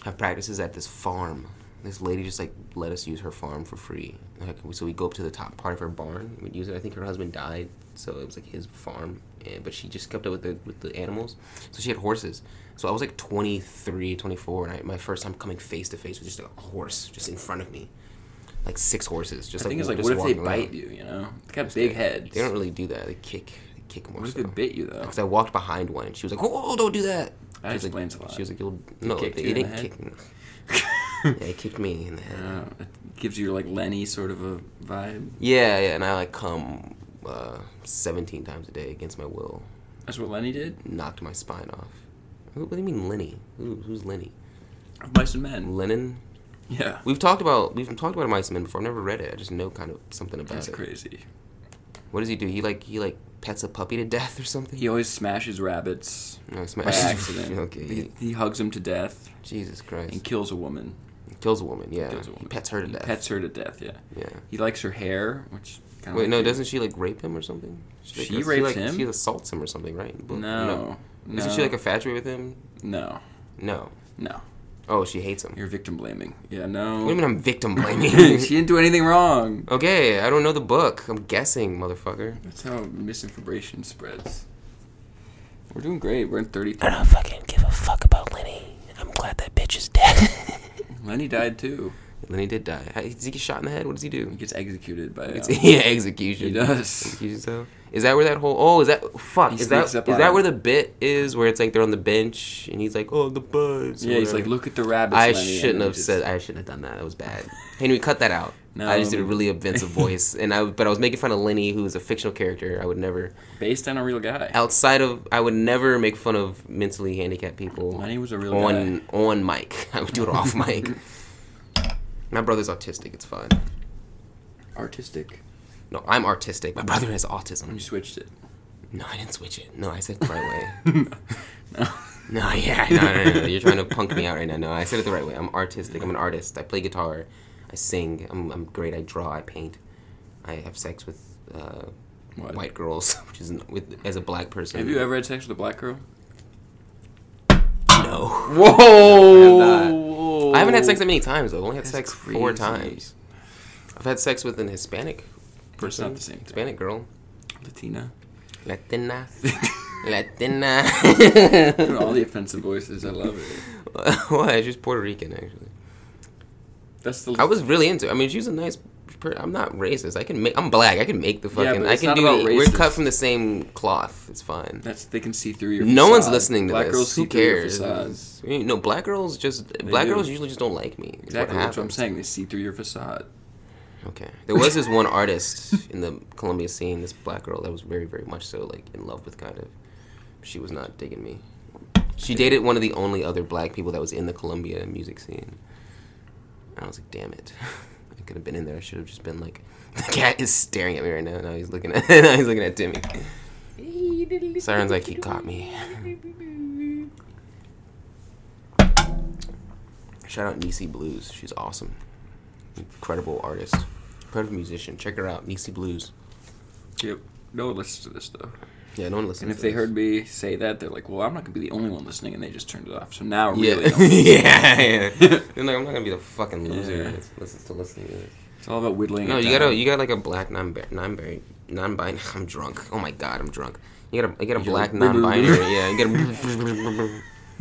Speaker 2: have practices at this farm. This lady just like let us use her farm for free. Like, so we go up to the top part of her barn. We'd use it. I think her husband died, so it was like his farm. And, but she just kept up with the with the animals. So she had horses. So I was like 23, 24, and I, my first time coming face to face with just a horse just in front of me. Like six horses, just
Speaker 1: I think
Speaker 2: like,
Speaker 1: it's like,
Speaker 2: just
Speaker 1: what if they
Speaker 2: walking around.
Speaker 1: bite you? You know, it's got big heads.
Speaker 2: They don't really do that. They kick. They kick more.
Speaker 1: what if
Speaker 2: so.
Speaker 1: it bit you though?
Speaker 2: Because I walked behind one, and she was like, "Whoa, whoa, whoa, don't do that."
Speaker 1: That
Speaker 2: she was
Speaker 1: explains a
Speaker 2: like,
Speaker 1: lot.
Speaker 2: She was like, "You'll no,
Speaker 1: kicked
Speaker 2: they,
Speaker 1: you
Speaker 2: they
Speaker 1: in the head?
Speaker 2: didn't kick me. yeah, they kicked me in the head.
Speaker 1: Uh, it gives you like Lenny sort of a vibe.
Speaker 2: Yeah, yeah, and I like come uh, seventeen times a day against my will,
Speaker 1: That's what Lenny did.
Speaker 2: knocked my spine off. Who, what do you mean, Lenny? Who, who's Lenny?
Speaker 1: Of Mice and Men.
Speaker 2: Lennon?
Speaker 1: Yeah,
Speaker 2: We've talked about we've talked about Mice and Men before. I've never read it. I just know kind of something about
Speaker 1: that's
Speaker 2: it.
Speaker 1: crazy.
Speaker 2: What does he do? He like he like pets a puppy to death or something.
Speaker 1: He always smashes rabbits
Speaker 2: no,
Speaker 1: by
Speaker 2: smash.
Speaker 1: accident.
Speaker 2: okay.
Speaker 1: he,
Speaker 2: he-
Speaker 1: he hugs them to death
Speaker 2: Jesus Christ.
Speaker 1: and kills a woman.
Speaker 2: Kills a woman, yeah.
Speaker 1: Kills a woman.
Speaker 2: He pets her to
Speaker 1: He
Speaker 2: death.
Speaker 1: Pets her to death. Yeah,
Speaker 2: yeah.
Speaker 1: he likes her hair, which kind of
Speaker 2: Wait, no, doesn't she like rape him or something? like,
Speaker 1: She rapes
Speaker 2: like,
Speaker 1: him?
Speaker 2: She assaults him or something, right? But-
Speaker 1: no, no,
Speaker 2: Isn't she like infatuated with him?
Speaker 1: no,
Speaker 2: No.
Speaker 1: no.
Speaker 2: Oh, she hates him.
Speaker 1: You're victim blaming. Yeah,
Speaker 2: What do
Speaker 1: no.
Speaker 2: you mean I'm victim blaming?
Speaker 1: she didn't do anything wrong.
Speaker 2: okay, I don't know the book. I'm guessing, motherfucker.
Speaker 1: That's how misinformation spreads. We're doing great. We're in 30.
Speaker 2: don't fucking give a fuck about Lenny. I'm glad that bitch is dead.
Speaker 1: Lenny died too.
Speaker 2: Lenny did die. How- Does he get shot in the head? What does he
Speaker 1: He
Speaker 2: do?
Speaker 1: gets executed by.
Speaker 2: It's-
Speaker 1: um,
Speaker 2: yeah, execution.
Speaker 1: he does.
Speaker 2: Excuse yourself. Is that where that whole oh is that fuck
Speaker 1: He
Speaker 2: is that
Speaker 1: sneaks up
Speaker 2: is
Speaker 1: on
Speaker 2: that
Speaker 1: him.
Speaker 2: where the bit is where it's like they're on the bench and he's like oh the buds or
Speaker 1: Yeah, he's
Speaker 2: whatever.
Speaker 1: like, look at the rabbits.
Speaker 2: I
Speaker 1: Lenny," and
Speaker 2: shouldn't
Speaker 1: he
Speaker 2: have
Speaker 1: just-
Speaker 2: said I shouldn't have done that that was bad Henry cut that out
Speaker 1: No. um,
Speaker 2: I just did a really offensive voice and I but I was making fun of Lenny who is a fictional character I would never
Speaker 1: based on a real guy.
Speaker 2: outside of I would never make fun of mentally handicapped people
Speaker 1: Lenny was a real
Speaker 2: on
Speaker 1: guy.
Speaker 2: on mic I would do it off mic my brother's autistic it's fine
Speaker 1: Artistic.
Speaker 2: no I'm artistic my brother has autism
Speaker 1: You switched it.
Speaker 2: No, I didn't switch it. No, I said it the right way.
Speaker 1: no.
Speaker 2: No, yeah, no, no, no, no. You're trying to punk me out right now. No, I said it the right way. I'm artistic. I'm an artist. I play guitar. I sing. I'm, I'm great. I draw. I paint. I have sex with uh,
Speaker 1: What?
Speaker 2: white girls, which is n- with as a black person.
Speaker 1: Have you ever had sex with a black girl?
Speaker 2: No.
Speaker 1: Whoa!
Speaker 2: I haven't had sex that many times though. I've only had
Speaker 1: That's
Speaker 2: sex four
Speaker 1: crazy.
Speaker 2: times. I've had sex with an Hispanic
Speaker 1: That's
Speaker 2: person.
Speaker 1: not the same thing.
Speaker 2: Hispanic girl.
Speaker 1: Latina.
Speaker 2: Latina.
Speaker 1: Dude,
Speaker 2: Latina.
Speaker 1: all the offensive voices. I love it.
Speaker 2: Why? She's Puerto Rican, actually.
Speaker 1: That's the.
Speaker 2: I was really into. I mean, she's a nice. Per- I'm not racist. I can make. I'm black. I can make the
Speaker 1: Yeah,
Speaker 2: fucking.
Speaker 1: but
Speaker 2: I
Speaker 1: it's
Speaker 2: can
Speaker 1: not
Speaker 2: do.
Speaker 1: about
Speaker 2: it. We're
Speaker 1: racist.
Speaker 2: cut from the same cloth. It's fine.
Speaker 1: That's they can see through your.
Speaker 2: No one's
Speaker 1: facade.
Speaker 2: listening to
Speaker 1: black
Speaker 2: this.
Speaker 1: Girls
Speaker 2: Who
Speaker 1: see through your
Speaker 2: cares?
Speaker 1: facades.
Speaker 2: We- No, black girls just. black
Speaker 1: do.
Speaker 2: girls usually just don't like me. is what
Speaker 1: Exactly. That's what I'm
Speaker 2: happens.
Speaker 1: saying. They see through your facade.
Speaker 2: Okay. There was this one artist in the Columbia scene, this black girl that was very, very much so like in love with kind of. She was not digging me. She dated one of the only other black people that was in the Columbia music scene. And I was like, damn it. I could have been in there. I should have just been like, the cat is staring at me right now. Now he's looking at now he's looking at Timmy. Siren's like, he caught me. Shout out Nisi Blues. She's awesome. Incredible artist. Incredible musician. Check her out, Nisi Blues.
Speaker 1: Yep. No one listens to this though.
Speaker 2: Yeah, no one listens
Speaker 1: And if
Speaker 2: to
Speaker 1: they
Speaker 2: this.
Speaker 1: heard me say that, they're like, "Well, I'm not gonna be the only one listening," and they just turned it off. So now,
Speaker 2: Yeah,
Speaker 1: really, don't.
Speaker 2: yeah, yeah. They're like, I'm not gonna be the fucking loser
Speaker 1: Yeah.
Speaker 2: that's listens to listening to this.
Speaker 1: it's all about whittling.
Speaker 2: No,
Speaker 1: it
Speaker 2: you
Speaker 1: down.
Speaker 2: gotta, you got like a black non-binary, non-binary, non-binary. I'm drunk. Oh my god, I'm drunk. You got a, you got a
Speaker 1: You
Speaker 2: black
Speaker 1: gotta-
Speaker 2: non-binary. yeah, you got a,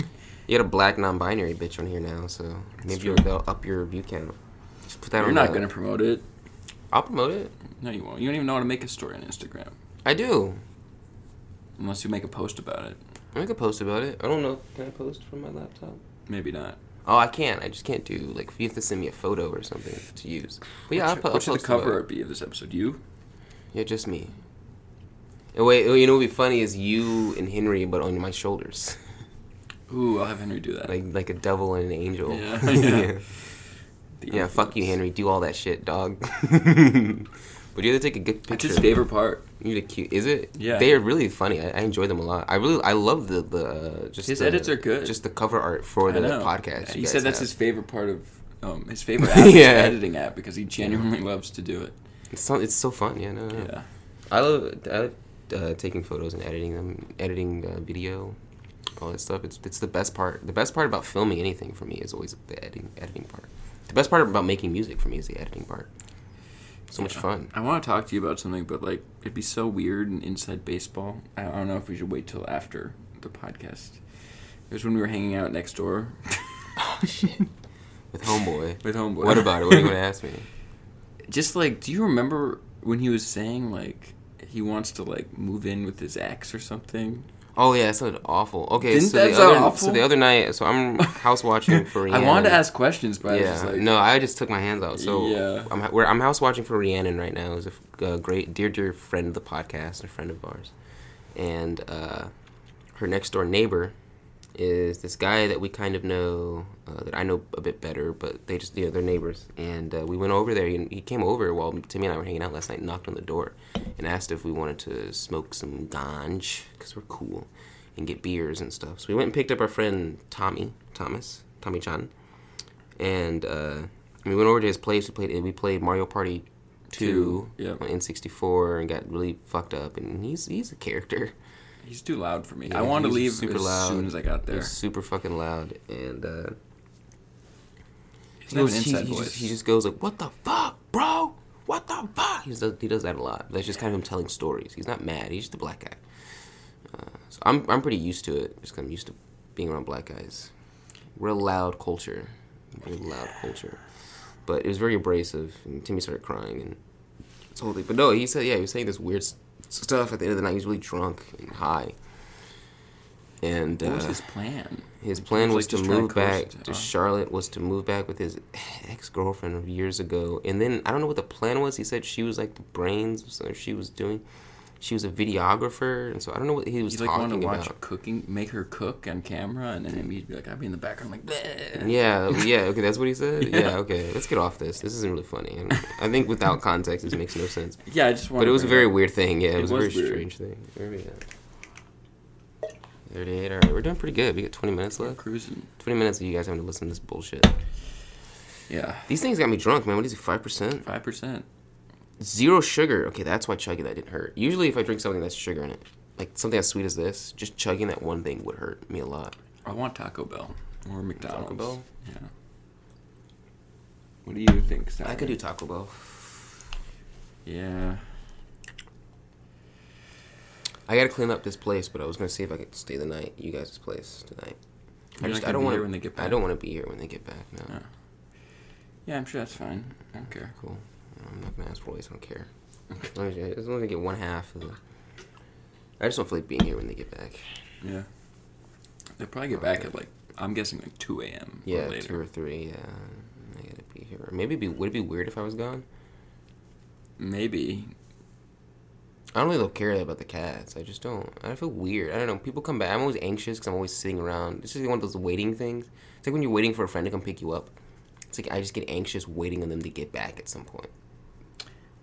Speaker 2: you got a black non-binary bitch on here now. So maybe
Speaker 1: true.
Speaker 2: they'll up your view count. Just put that
Speaker 1: You're
Speaker 2: on.
Speaker 1: not
Speaker 2: the-
Speaker 1: gonna promote it.
Speaker 2: I'll promote it.
Speaker 1: No, you won't. You don't even know how to make a story on Instagram
Speaker 2: I do.
Speaker 1: unless you make a post about it.
Speaker 2: I make a post about it. I don't know. Can I post from my laptop?
Speaker 1: Maybe not.
Speaker 2: Oh, I can't. I just can't do like if you have to send me a photo or something to use. But yeah,
Speaker 1: what
Speaker 2: I'll,
Speaker 1: should,
Speaker 2: po- I'll
Speaker 1: what should the
Speaker 2: post about
Speaker 1: cover
Speaker 2: it.
Speaker 1: art be of this episode? You?
Speaker 2: Yeah, just me. And wait, oh, you know what would be funny is you and Henry, but on my shoulders,
Speaker 1: Ooh, I'll have Henry do that.
Speaker 2: like like a devil and an angel.
Speaker 1: Yeah, yeah. The
Speaker 2: Yeah, fuck you,
Speaker 1: influence.
Speaker 2: Henry. Do all that shit, dog. but you have to take a good
Speaker 1: It's
Speaker 2: picture.
Speaker 1: his favorite part.
Speaker 2: You need a cute. Is it?
Speaker 1: Yeah.
Speaker 2: They are really funny. I, I enjoy them a lot. I really, I love the the uh, just
Speaker 1: His
Speaker 2: the-
Speaker 1: edits are good.
Speaker 2: Just the cover art for
Speaker 1: I
Speaker 2: the
Speaker 1: know.
Speaker 2: podcast. you
Speaker 1: He
Speaker 2: guys
Speaker 1: said that's
Speaker 2: have.
Speaker 1: his favorite part of um, his favorite app is the
Speaker 2: Yeah.
Speaker 1: editing app because he genuinely loves to do it.
Speaker 2: It's so, it's so fun. Yeah. No, no, no.
Speaker 1: Yeah.
Speaker 2: I love I love uh, taking photos and editing them, editing uh, video, all that stuff. It's it's the best part. The best part about filming anything for me is always the editing editing part. The best part about making music for me is the editing part. So much
Speaker 1: Yeah.
Speaker 2: fun.
Speaker 1: I want to talk to you about something, but like it'd be so weird and inside baseball. I, I don't know if we should wait till after the podcast. It was when we were hanging out next door
Speaker 2: Oh shit. With homeboy.
Speaker 1: with homeboy.
Speaker 2: What about it? What are you gonna ask me?
Speaker 1: Just like, do you remember when he was saying like he wants to like move in with his ex or something?
Speaker 2: Oh yeah, that sounded awful. Okay,
Speaker 1: Didn't
Speaker 2: so
Speaker 1: that
Speaker 2: the
Speaker 1: sound
Speaker 2: other
Speaker 1: awful?
Speaker 2: so the other night, so I'm house watching for.
Speaker 1: I wanted
Speaker 2: Rhiannon.
Speaker 1: to ask questions, but I
Speaker 2: yeah,
Speaker 1: was just like,
Speaker 2: no, I just took my hands out. So
Speaker 1: Yeah.
Speaker 2: I'm we're, I'm house watching for Rhiannon right now. Is a f- a great dear dear friend of the podcast, a friend of ours, and uh, her next door neighbor is this guy that we kind of know uh, that I know a bit better, but they just you know they're neighbors, and uh, we went over there. and He came over while Timmy and I were hanging out last night, knocked on the door, and asked if we wanted to smoke some ganj because we're cool and get beers and stuff. So we went and picked up our friend Tommy Thomas Tommy Chan and uh, we went over to his place. We played we played Mario Party two,
Speaker 1: Two, yeah.
Speaker 2: on N sixty four and got really fucked up. And he's he's a character.
Speaker 1: he's too loud for me.
Speaker 2: Yeah,
Speaker 1: I wanted to
Speaker 2: he's
Speaker 1: leave
Speaker 2: super
Speaker 1: as
Speaker 2: loud.
Speaker 1: soon as I got
Speaker 2: He's
Speaker 1: there.
Speaker 2: super fucking loud and. Uh,
Speaker 1: He's
Speaker 2: he,
Speaker 1: not an
Speaker 2: goes, he,
Speaker 1: inside
Speaker 2: he, just,
Speaker 1: voice.
Speaker 2: he just goes like, "What the fuck, bro? What the fuck?" He does, he does that a lot. That's just kind of him telling stories. He's not mad. He's just a black guy. Uh, so I'm I'm pretty used to it. Just 'cause I'm used to being around black guys. Real loud culture. Very loud culture. But it was very abrasive, and Timmy started crying, and it's whole thing. But no, he said, yeah, he was saying this weird s- stuff. At the end of the night, he was really drunk and high. And
Speaker 1: what was
Speaker 2: uh,
Speaker 1: his plan?
Speaker 2: his plan
Speaker 1: Like,
Speaker 2: was to
Speaker 1: just trying to
Speaker 2: move
Speaker 1: coast,
Speaker 2: back
Speaker 1: uh,
Speaker 2: to Charlotte. Was to move back with his ex girlfriend of years ago, and then I don't know what the plan was. He said she was like the brains, so she was doing. She was a videographer, and so I don't know what he was
Speaker 1: He like wanted
Speaker 2: talking
Speaker 1: to watch
Speaker 2: about.
Speaker 1: cooking, make her cook on camera, and then he'd be like, I'd be in the background like, "Bleh."
Speaker 2: Yeah, yeah, okay, that's what he said.
Speaker 1: Yeah.
Speaker 2: Yeah, okay, let's get off this. This isn't really funny. And I think without context, this makes no sense.
Speaker 1: yeah. I just wanted.
Speaker 2: But it was
Speaker 1: to
Speaker 2: a
Speaker 1: bring
Speaker 2: very weird thing. Yeah, it,
Speaker 1: It
Speaker 2: was,
Speaker 1: was
Speaker 2: a very
Speaker 1: weird.
Speaker 2: strange thing. Where we at? Thirty-eight. All right, we're doing pretty good. We got twenty minutes
Speaker 1: up. We're
Speaker 2: left.
Speaker 1: cruising.
Speaker 2: Twenty minutes of you guys having to listen to this bullshit.
Speaker 1: Yeah,
Speaker 2: These things got me drunk, man. What is it, five percent?
Speaker 1: five percent.
Speaker 2: Zero sugar. Okay, that's why chugging that didn't hurt. Usually, if I drink something that's sugar in it, like something as sweet as this, just chugging that one thing would hurt me a lot.
Speaker 1: I want Taco Bell or McDonald's.
Speaker 2: Bell?
Speaker 1: Yeah. What do you think?
Speaker 2: I
Speaker 1: Simon?
Speaker 2: could do Taco Bell.
Speaker 1: Yeah.
Speaker 2: I gotta clean up this place, but I was gonna see if I could stay the night, you guys' place tonight. I
Speaker 1: You're
Speaker 2: just
Speaker 1: not gonna
Speaker 2: I don't
Speaker 1: be
Speaker 2: want
Speaker 1: here when they get
Speaker 2: I
Speaker 1: back?
Speaker 2: don't want to be here when they get back. No,
Speaker 1: Yeah. Yeah, I'm sure that's fine. I don't care.
Speaker 2: cool. I'm not gonna ask Royce. I don't care. As long as I as long as I get one half of the. I just don't feel like being here when they get back.
Speaker 1: Yeah. They'll probably get back at like I'm guessing like 2 a.m.
Speaker 2: Yeah,
Speaker 1: or later.
Speaker 2: two or three. Yeah, I gotta be here. Maybe it'd be would it be weird if I was gone?
Speaker 1: Maybe.
Speaker 2: I don't really care about the cats. I just don't. I feel weird. I don't know. People come back. I'm always anxious because I'm always sitting around. This is one of those waiting things. It's like when you're waiting for a friend to come pick you up. It's like I just get anxious waiting on them to get back at some point.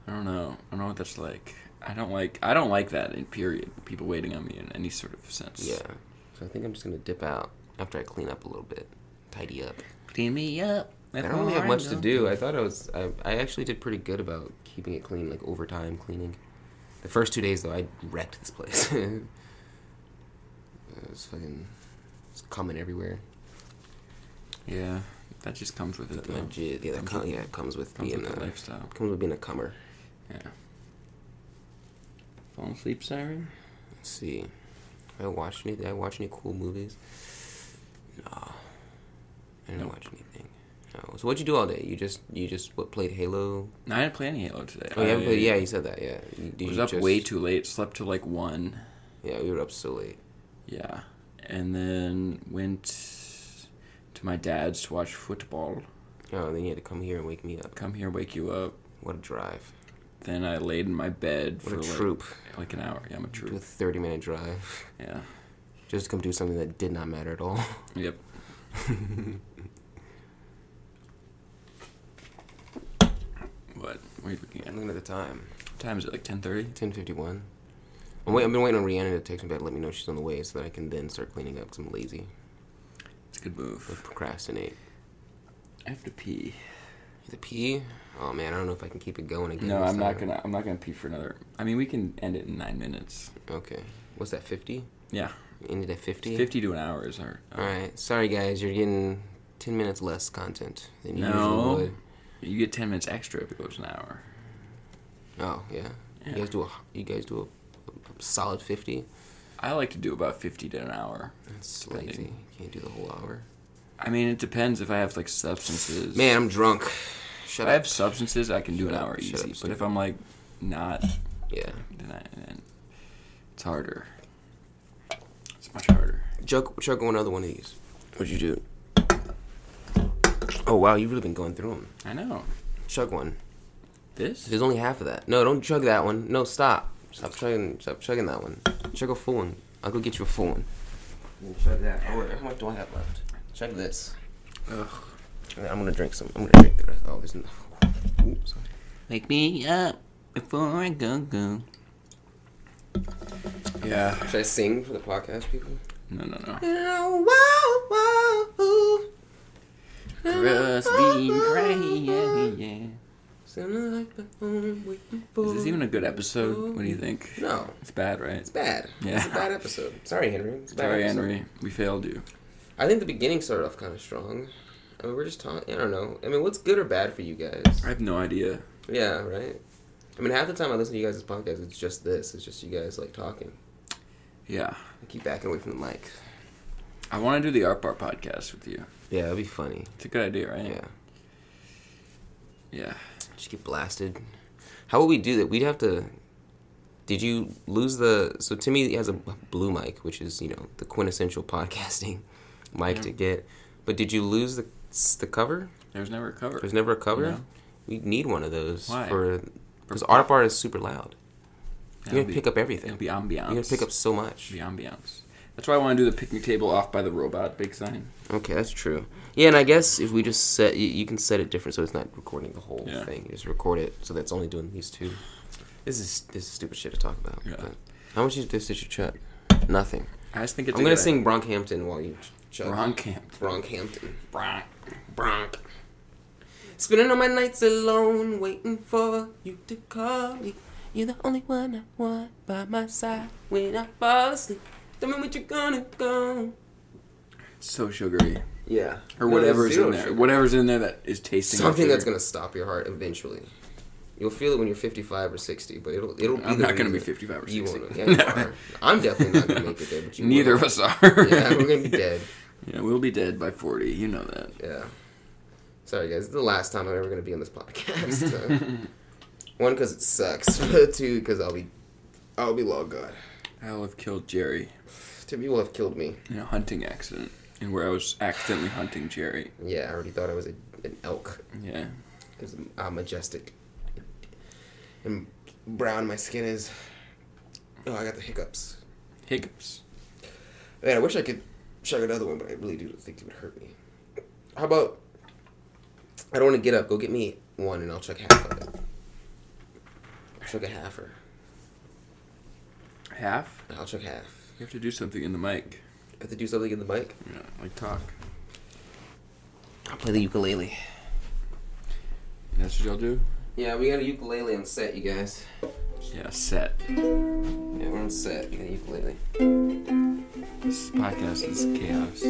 Speaker 1: I don't know. I don't know what that's like. I don't like. I don't like that. In period, people waiting on me in any sort of sense.
Speaker 2: Yeah. So I think I'm just gonna dip out after I clean up a little bit, tidy up.
Speaker 1: Clean me up.
Speaker 2: I don't really have much to do. I thought I was. I, I actually did pretty good about keeping it clean, like overtime cleaning. The first two days though, I wrecked this place. it was fucking. It's coming everywhere.
Speaker 1: Yeah, that just comes with it.
Speaker 2: My
Speaker 1: Though.
Speaker 2: jizz. Yeah, that com- yeah, it comes with
Speaker 1: Comes
Speaker 2: being
Speaker 1: with
Speaker 2: a
Speaker 1: the lifestyle.
Speaker 2: comes with being a cummer.
Speaker 1: Yeah. Falling asleep siren.
Speaker 2: Let's see. Have I watched any? Did I watch any cool movies? No, I didn't
Speaker 1: Nope.
Speaker 2: watch anything. No. So what'd you do all day? You just you just what played Halo?
Speaker 1: No, I didn't play any Halo today.
Speaker 2: Oh yeah,
Speaker 1: I
Speaker 2: played, yeah. You said that. Yeah. You, did
Speaker 1: Uh, was
Speaker 2: you
Speaker 1: up
Speaker 2: just-
Speaker 1: way too late. Slept till like one.
Speaker 2: Yeah, we were up so late.
Speaker 1: Yeah, and then went to my dad's to watch football.
Speaker 2: Oh, then you had to come here and wake me up.
Speaker 1: Come here, wake you up.
Speaker 2: What a drive!
Speaker 1: Then I laid in my bed
Speaker 2: What
Speaker 1: for
Speaker 2: a
Speaker 1: like,
Speaker 2: troop!
Speaker 1: like an hour. Yeah, I'm a
Speaker 2: Do a
Speaker 1: troop.
Speaker 2: thirty minute drive
Speaker 1: Yeah.
Speaker 2: just to come do something that did not matter at all.
Speaker 1: Yep. what? What are you looking at?
Speaker 2: I'm looking at the time.
Speaker 1: What time is it? Like ten thirty?
Speaker 2: Ten fifty one. I'm wait, I've been waiting on Rihanna to text me back, let me know she's on the way, so that I can then start cleaning up because I'm lazy.
Speaker 1: It's a good
Speaker 2: I
Speaker 1: move.
Speaker 2: procrastinate.
Speaker 1: I have to pee.
Speaker 2: The pee? Oh man, I don't know if I can keep it going again.
Speaker 1: No,
Speaker 2: this
Speaker 1: I'm not
Speaker 2: time.
Speaker 1: gonna. I'm not gonna pee for another. I mean, we can end it in nine minutes.
Speaker 2: Okay. What's that? Fifty?
Speaker 1: Yeah,
Speaker 2: Ended at fifty.
Speaker 1: fifty to an hour is our. uh,
Speaker 2: All right. Sorry guys, you're getting ten minutes less content than you
Speaker 1: No.
Speaker 2: usually would.
Speaker 1: You get ten minutes extra if it goes an hour.
Speaker 2: Oh yeah. You
Speaker 1: Yeah.
Speaker 2: guys do a. You guys do a, a solid fifty.
Speaker 1: I like to do about fifty to an hour.
Speaker 2: That's
Speaker 1: Depending.
Speaker 2: lazy. You can't do the whole hour.
Speaker 1: I mean, it depends if I have like substances.
Speaker 2: Man, I'm drunk.
Speaker 1: if
Speaker 2: Shut
Speaker 1: I
Speaker 2: up.
Speaker 1: have substances, I can do an
Speaker 2: Shut up,
Speaker 1: hour
Speaker 2: shut
Speaker 1: easy.
Speaker 2: up,
Speaker 1: but if
Speaker 2: stupid.
Speaker 1: I'm like not,
Speaker 2: Yeah.
Speaker 1: then, I, then it's harder. It's much harder.
Speaker 2: Chuck, Chuck, go another one of these. What'd you do? Oh wow, you've really been going through them.
Speaker 1: I know.
Speaker 2: Chug one.
Speaker 1: This?
Speaker 2: There's only half of that. No, don't chug that one. No, stop. Stop chugging. Stop chugging that one. Chug a full one. I'll go get you a full one. Chug that. Oh, wait, how much do I have left? Chug this.
Speaker 1: Ugh.
Speaker 2: And then I'm gonna drink some. I'm gonna drink the rest. Oh, there's no. Ooh, sorry.
Speaker 1: Wake me up before I go go. Yeah.
Speaker 2: Should I sing for the podcast, people?
Speaker 1: No, no, no. Crusty and cray, yeah, yeah. Is this even a good episode? What do you think?
Speaker 2: No,
Speaker 1: It's bad, right?
Speaker 2: it's bad.
Speaker 1: Yeah.
Speaker 2: It's a bad episode. Sorry, Henry. It's a bad
Speaker 1: Sorry,
Speaker 2: episode.
Speaker 1: Henry. We failed you.
Speaker 2: I think the beginning started off kind of strong. I mean, we're just talking. I don't know. I mean, what's good or bad for you guys?
Speaker 1: I have no idea.
Speaker 2: Yeah, right. I mean, half the time I listen to you guys' podcast, it's just this. It's just you guys like talking.
Speaker 1: Yeah.
Speaker 2: I keep backing away from the mic.
Speaker 1: I want to do the Art Bar podcast with you.
Speaker 2: Yeah, that'd be funny.
Speaker 1: It's a good idea, right?
Speaker 2: Yeah,
Speaker 1: Yeah.
Speaker 2: just get blasted. How would we do that? We'd have to. Did you lose the? So Timmy has a blue mic, which is you know the quintessential podcasting mic
Speaker 1: Yeah.
Speaker 2: to get. But did you lose the the cover?
Speaker 1: There's never a cover.
Speaker 2: There's never a cover.
Speaker 1: No.
Speaker 2: We need one of those
Speaker 1: Why?
Speaker 2: for because art bar is super loud. You're
Speaker 1: That'll
Speaker 2: gonna
Speaker 1: be-
Speaker 2: pick up everything.
Speaker 1: It'll be ambiance.
Speaker 2: You're gonna pick up so much.
Speaker 1: the ambiance. That's why I want to do the picnic table off by the robot big sign.
Speaker 2: Okay, that's true. Yeah, and I guess if we just set, you, you can set it different, so it's not recording the whole
Speaker 1: Yeah.
Speaker 2: thing. You just record it, so that's only doing these two. This is this is stupid shit to talk about.
Speaker 1: Yeah.
Speaker 2: but- how much of this did you chug? Nothing.
Speaker 1: I just think it's.
Speaker 2: I'm
Speaker 1: a
Speaker 2: gonna
Speaker 1: good
Speaker 2: sing Brockhampton while you ch- chug.
Speaker 1: Bronkamp.
Speaker 2: Brockhampton.
Speaker 1: Bronk.
Speaker 2: Bronk. Spending all my nights alone, waiting for you to call me. You're the only one I want by my side when I fall asleep. Tell me what you're gonna go.
Speaker 1: So sugary,
Speaker 2: Yeah.
Speaker 1: or
Speaker 2: No,
Speaker 1: whatever's
Speaker 2: zero
Speaker 1: in there.
Speaker 2: sugar.
Speaker 1: Whatever's in there that is tasting like
Speaker 2: Something that's
Speaker 1: sugar.
Speaker 2: gonna stop your heart eventually. You'll feel it when you're 55 or 60, but it'll it'll. Be
Speaker 1: I'm
Speaker 2: the
Speaker 1: not gonna be
Speaker 2: reason.
Speaker 1: 55 or
Speaker 2: You
Speaker 1: 60.
Speaker 2: won't. Yeah, you are. I'm definitely not gonna make it there, but you.
Speaker 1: Neither
Speaker 2: will.
Speaker 1: of us are.
Speaker 2: Yeah, we're gonna be dead.
Speaker 1: Yeah, we'll be dead by 40. You know that.
Speaker 2: Yeah. Sorry, guys. This is the last time I'm ever gonna be on this podcast. So. One, because it sucks. but Two, because I'll be, I'll be long gone.
Speaker 1: I'll have killed Jerry
Speaker 2: Two people have killed me.
Speaker 1: in a hunting accident, and where I was accidentally hunting Jerry.
Speaker 2: Yeah, I already thought I was a, an elk
Speaker 1: Yeah.
Speaker 2: because I'm majestic. and brown my skin is. Oh, I got the hiccups.
Speaker 1: Hiccups.
Speaker 2: Man, I wish I could chug another one, but I really do think it would hurt me. How about I don't want to get up. Go get me one, and I'll chug half of it. I'll chug a half, or
Speaker 1: Half.
Speaker 2: I'll chug half.
Speaker 1: You have to do something in the mic.
Speaker 2: I have to do something in the mic.
Speaker 1: Yeah, like talk.
Speaker 2: I'll play the ukulele.
Speaker 1: And that's what y'all do.
Speaker 2: Yeah, we got a ukulele on set, you guys.
Speaker 1: Yeah, set.
Speaker 2: Yeah, we're on set. We got a ukulele.
Speaker 1: This podcast is chaos.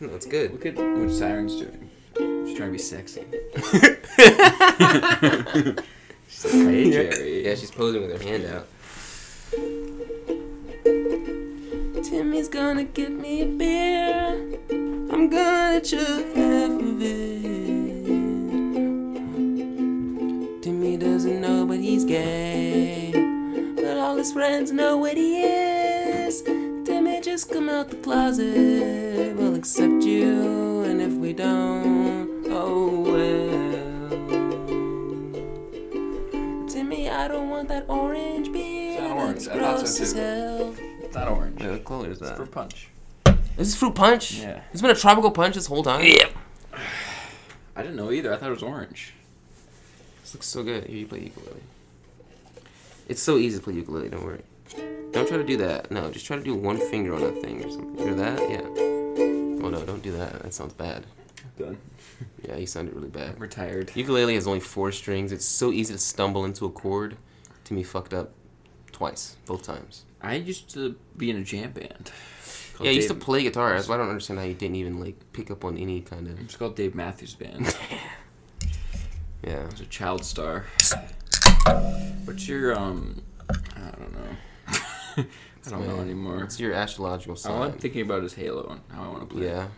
Speaker 2: No, it's good.
Speaker 1: Look at what Siren's doing. She's trying to be sexy. She's like, hey, Jerry.
Speaker 2: Yeah, she's posing with her hand out. Timmy's gonna get me a beer. I'm gonna chug half of it. Timmy doesn't know, but he's gay. But all his friends know what he is. Timmy just come out the closet. We'll accept you, and if we don't, oh well. Timmy, I don't want that orange beer.
Speaker 1: It's not orange.
Speaker 2: That's
Speaker 1: I thought so
Speaker 2: gross as
Speaker 1: too.
Speaker 2: hell.
Speaker 1: It's not orange.
Speaker 2: what color is
Speaker 1: It's for punch.
Speaker 2: Is this fruit punch?
Speaker 1: Yeah.
Speaker 2: It's been a tropical punch this whole time. Yeah.
Speaker 1: I didn't know either. I thought it was orange.
Speaker 2: This looks so good. Here, you play ukulele. It's so easy to play ukulele. Don't worry. Don't try to do that. No, just try to do one finger on that thing or something. Or that? Yeah. Oh no, don't do that. That sounds bad.
Speaker 1: Done.
Speaker 2: Yeah, you sounded really bad.
Speaker 1: I'm retired.
Speaker 2: Ukulele has only four strings. It's so easy to stumble into a chord. Timmy fucked up twice, both times.
Speaker 1: I used to be in a jam band.
Speaker 2: Yeah, I used to play guitar. That's why I don't understand how you didn't even like pick up on any kind of.
Speaker 1: It's called Dave Matthews Band.
Speaker 2: Yeah.
Speaker 1: I was a child star. What's your um? I don't know. I don't know
Speaker 2: my-
Speaker 1: anymore.
Speaker 2: It's your astrological sign.
Speaker 1: All I'm thinking about is Halo and how I want to play. it.
Speaker 2: Yeah.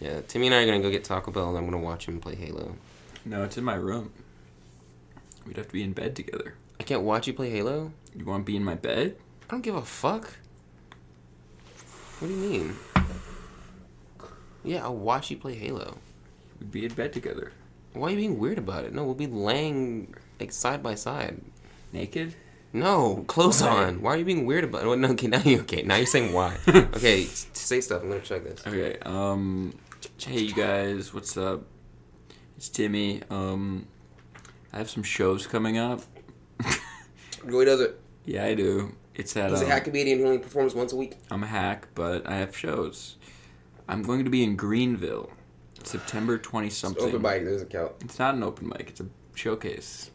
Speaker 2: Yeah. Timmy and I are gonna go get Taco Bell and I'm gonna watch him play Halo.
Speaker 1: No, it's in my room. We'd have to be in bed together.
Speaker 2: I can't watch you play Halo?
Speaker 1: You want to be in my bed?
Speaker 2: I don't give a fuck. What do you mean? Yeah, I'll watch you play Halo.
Speaker 1: We'd be in bed together,
Speaker 2: Why are you being weird about it? No, we'll be laying like side by side.
Speaker 1: naked.
Speaker 2: No, clothes
Speaker 1: Why?
Speaker 2: on. Why are you being weird about it? Well, no, okay, now you okay. Now you're saying why. okay, s- say stuff. I'm gonna check this.
Speaker 1: Okay. Um. Hey, you guys. What's up? It's Timmy. Um. I have some shows coming up.
Speaker 2: Really does it.
Speaker 1: Yeah, I do. It's at. um,
Speaker 2: comedian who only performs once a week.
Speaker 1: I'm a hack, but I have shows. I'm going to be in Greenville, September twenty something.
Speaker 2: mic. There's a count.
Speaker 1: It's not an open mic. It's a showcase.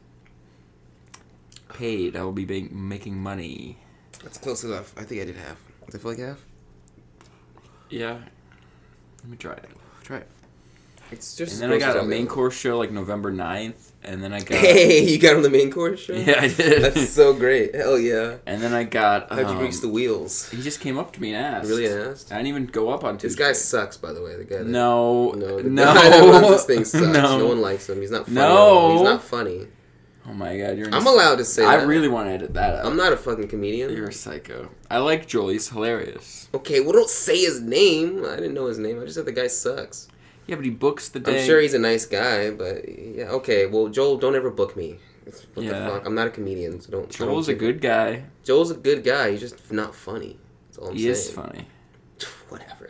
Speaker 1: Paid. I will be ba- making money.
Speaker 2: That's close enough. I think I did half. Does it feel like half?
Speaker 1: Yeah. Let me try it.
Speaker 2: Try it. It's just.
Speaker 1: And then I got a main course show like November 9th, and then I got
Speaker 2: Hey, you got on the main course show?
Speaker 1: yeah, I did.
Speaker 2: That's so great. Hell yeah.
Speaker 1: and then I got
Speaker 2: How'd
Speaker 1: um,
Speaker 2: you reach the wheels?
Speaker 1: He just came up to me and asked.
Speaker 2: Really asked?
Speaker 1: I didn't even go up on Tuesday.
Speaker 2: This guy sucks, by the way. The guy that.
Speaker 1: No,
Speaker 2: No.
Speaker 1: no,
Speaker 2: The guy that runs this thing sucks.
Speaker 1: no.
Speaker 2: No. one likes him. He's not funny.
Speaker 1: No.
Speaker 2: He's not funny.
Speaker 1: Oh my god, you're.
Speaker 2: I'm allowed to say
Speaker 1: I
Speaker 2: that.
Speaker 1: really want to edit that out.
Speaker 2: I'm not a fucking comedian.
Speaker 1: You're a psycho. I like Joel. He's hilarious.
Speaker 2: Okay, well, don't say his name. I didn't know his name. I just said the guy sucks.
Speaker 1: Yeah, but he books the day.
Speaker 2: I'm sure he's a nice guy, but yeah, okay. Well, Joel, don't ever book me. It's- What
Speaker 1: Yeah.
Speaker 2: the fuck? I'm not a comedian, so don't. I don't
Speaker 1: Joel's a
Speaker 2: give-
Speaker 1: good guy.
Speaker 2: Joel's a good guy. He's just not funny. That's all I'm
Speaker 1: he
Speaker 2: saying.
Speaker 1: is funny.
Speaker 2: whatever.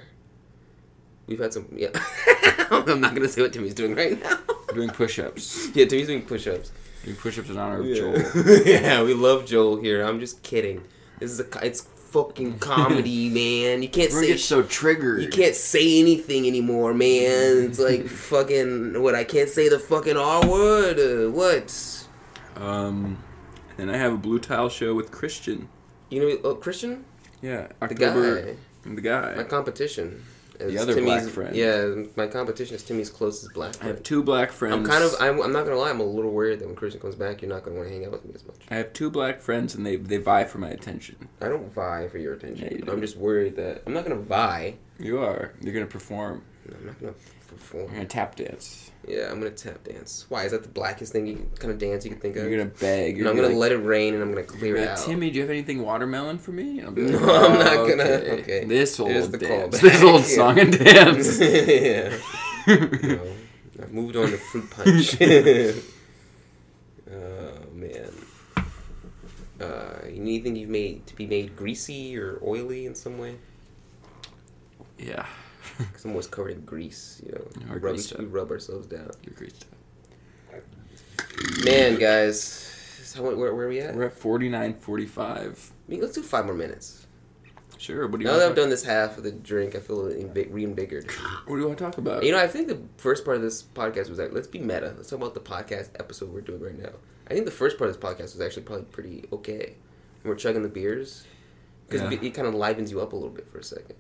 Speaker 2: We've had some. Yeah, I'm not gonna say what Timmy's doing right now.
Speaker 1: Doing push-ups.
Speaker 2: yeah, Timmy's doing push-ups.
Speaker 1: Doing push-ups in honor of
Speaker 2: Yeah.
Speaker 1: Joel.
Speaker 2: yeah, we love Joel here. I'm just kidding. This is a. co- It's fucking comedy, man. You can't
Speaker 1: Everyone
Speaker 2: say.
Speaker 1: gets so triggered.
Speaker 2: you can't say anything anymore, man. It's like fucking what I can't say the fucking R word. Uh, what?
Speaker 1: Um, and I have a blue tile show with Christian.
Speaker 2: You know, oh, Christian,
Speaker 1: Yeah,
Speaker 2: the
Speaker 1: October.
Speaker 2: guy,
Speaker 1: The guy.
Speaker 2: my competition. is
Speaker 1: other black friend.
Speaker 2: Yeah, my competition is Timmy's closest black
Speaker 1: I
Speaker 2: friend.
Speaker 1: have two black friends.
Speaker 2: I'm kind of. I'm, I'm not gonna lie. I'm a little worried that when Christian comes back, you're not gonna want to hang out with me as much.
Speaker 1: I have two black friends, and they they vie for my attention.
Speaker 2: I don't vie for your attention.
Speaker 1: Yeah, you do.
Speaker 2: I'm just worried that I'm not gonna vie.
Speaker 1: You are. You're gonna perform.
Speaker 2: No, I'm not gonna
Speaker 1: You're
Speaker 2: perform.
Speaker 1: gonna tap dance.
Speaker 2: Yeah, I'm gonna tap dance. Why is that the blackest thing you kind of dance you can think of?
Speaker 1: You're gonna beg. You're
Speaker 2: no, I'm gonna
Speaker 1: be like-
Speaker 2: let it rain and I'm gonna clear
Speaker 1: you're
Speaker 2: it
Speaker 1: gonna be
Speaker 2: out.
Speaker 1: like, Timmy, do you have anything watermelon for me? And I'll be
Speaker 2: No,
Speaker 1: like,
Speaker 2: I'm not
Speaker 1: "Oh,
Speaker 2: gonna-
Speaker 1: Okay.
Speaker 2: okay.
Speaker 1: This old
Speaker 2: There's the
Speaker 1: dance.
Speaker 2: callback.
Speaker 1: This old
Speaker 2: Yeah.
Speaker 1: song and dance.
Speaker 2: yeah. No, I've moved on to fruit punch. oh man. Uh, anything you've made to be made greasy or oily in some way?
Speaker 1: Yeah.
Speaker 2: Because I'm always covered in grease, you know.
Speaker 1: Yeah,
Speaker 2: We
Speaker 1: or
Speaker 2: rub,
Speaker 1: greased
Speaker 2: we
Speaker 1: up.
Speaker 2: rub ourselves down.
Speaker 1: You're greased.
Speaker 2: Man, guys, so where, where are we at?
Speaker 1: We're at 49.45.
Speaker 2: I mean, let's do five more minutes.
Speaker 1: Sure. What do you
Speaker 2: Now that
Speaker 1: want
Speaker 2: I've
Speaker 1: to
Speaker 2: done this half of the drink, I feel invi- reinvigorated.
Speaker 1: talk, what do you want to talk about?
Speaker 2: You know, I think the first part of this podcast was like, let's be meta. Let's talk about the podcast episode we're doing right now. I think the first part of this podcast was actually probably pretty okay. We're chugging the beers because
Speaker 1: Yeah.
Speaker 2: it kind of livens you up a little bit for a second.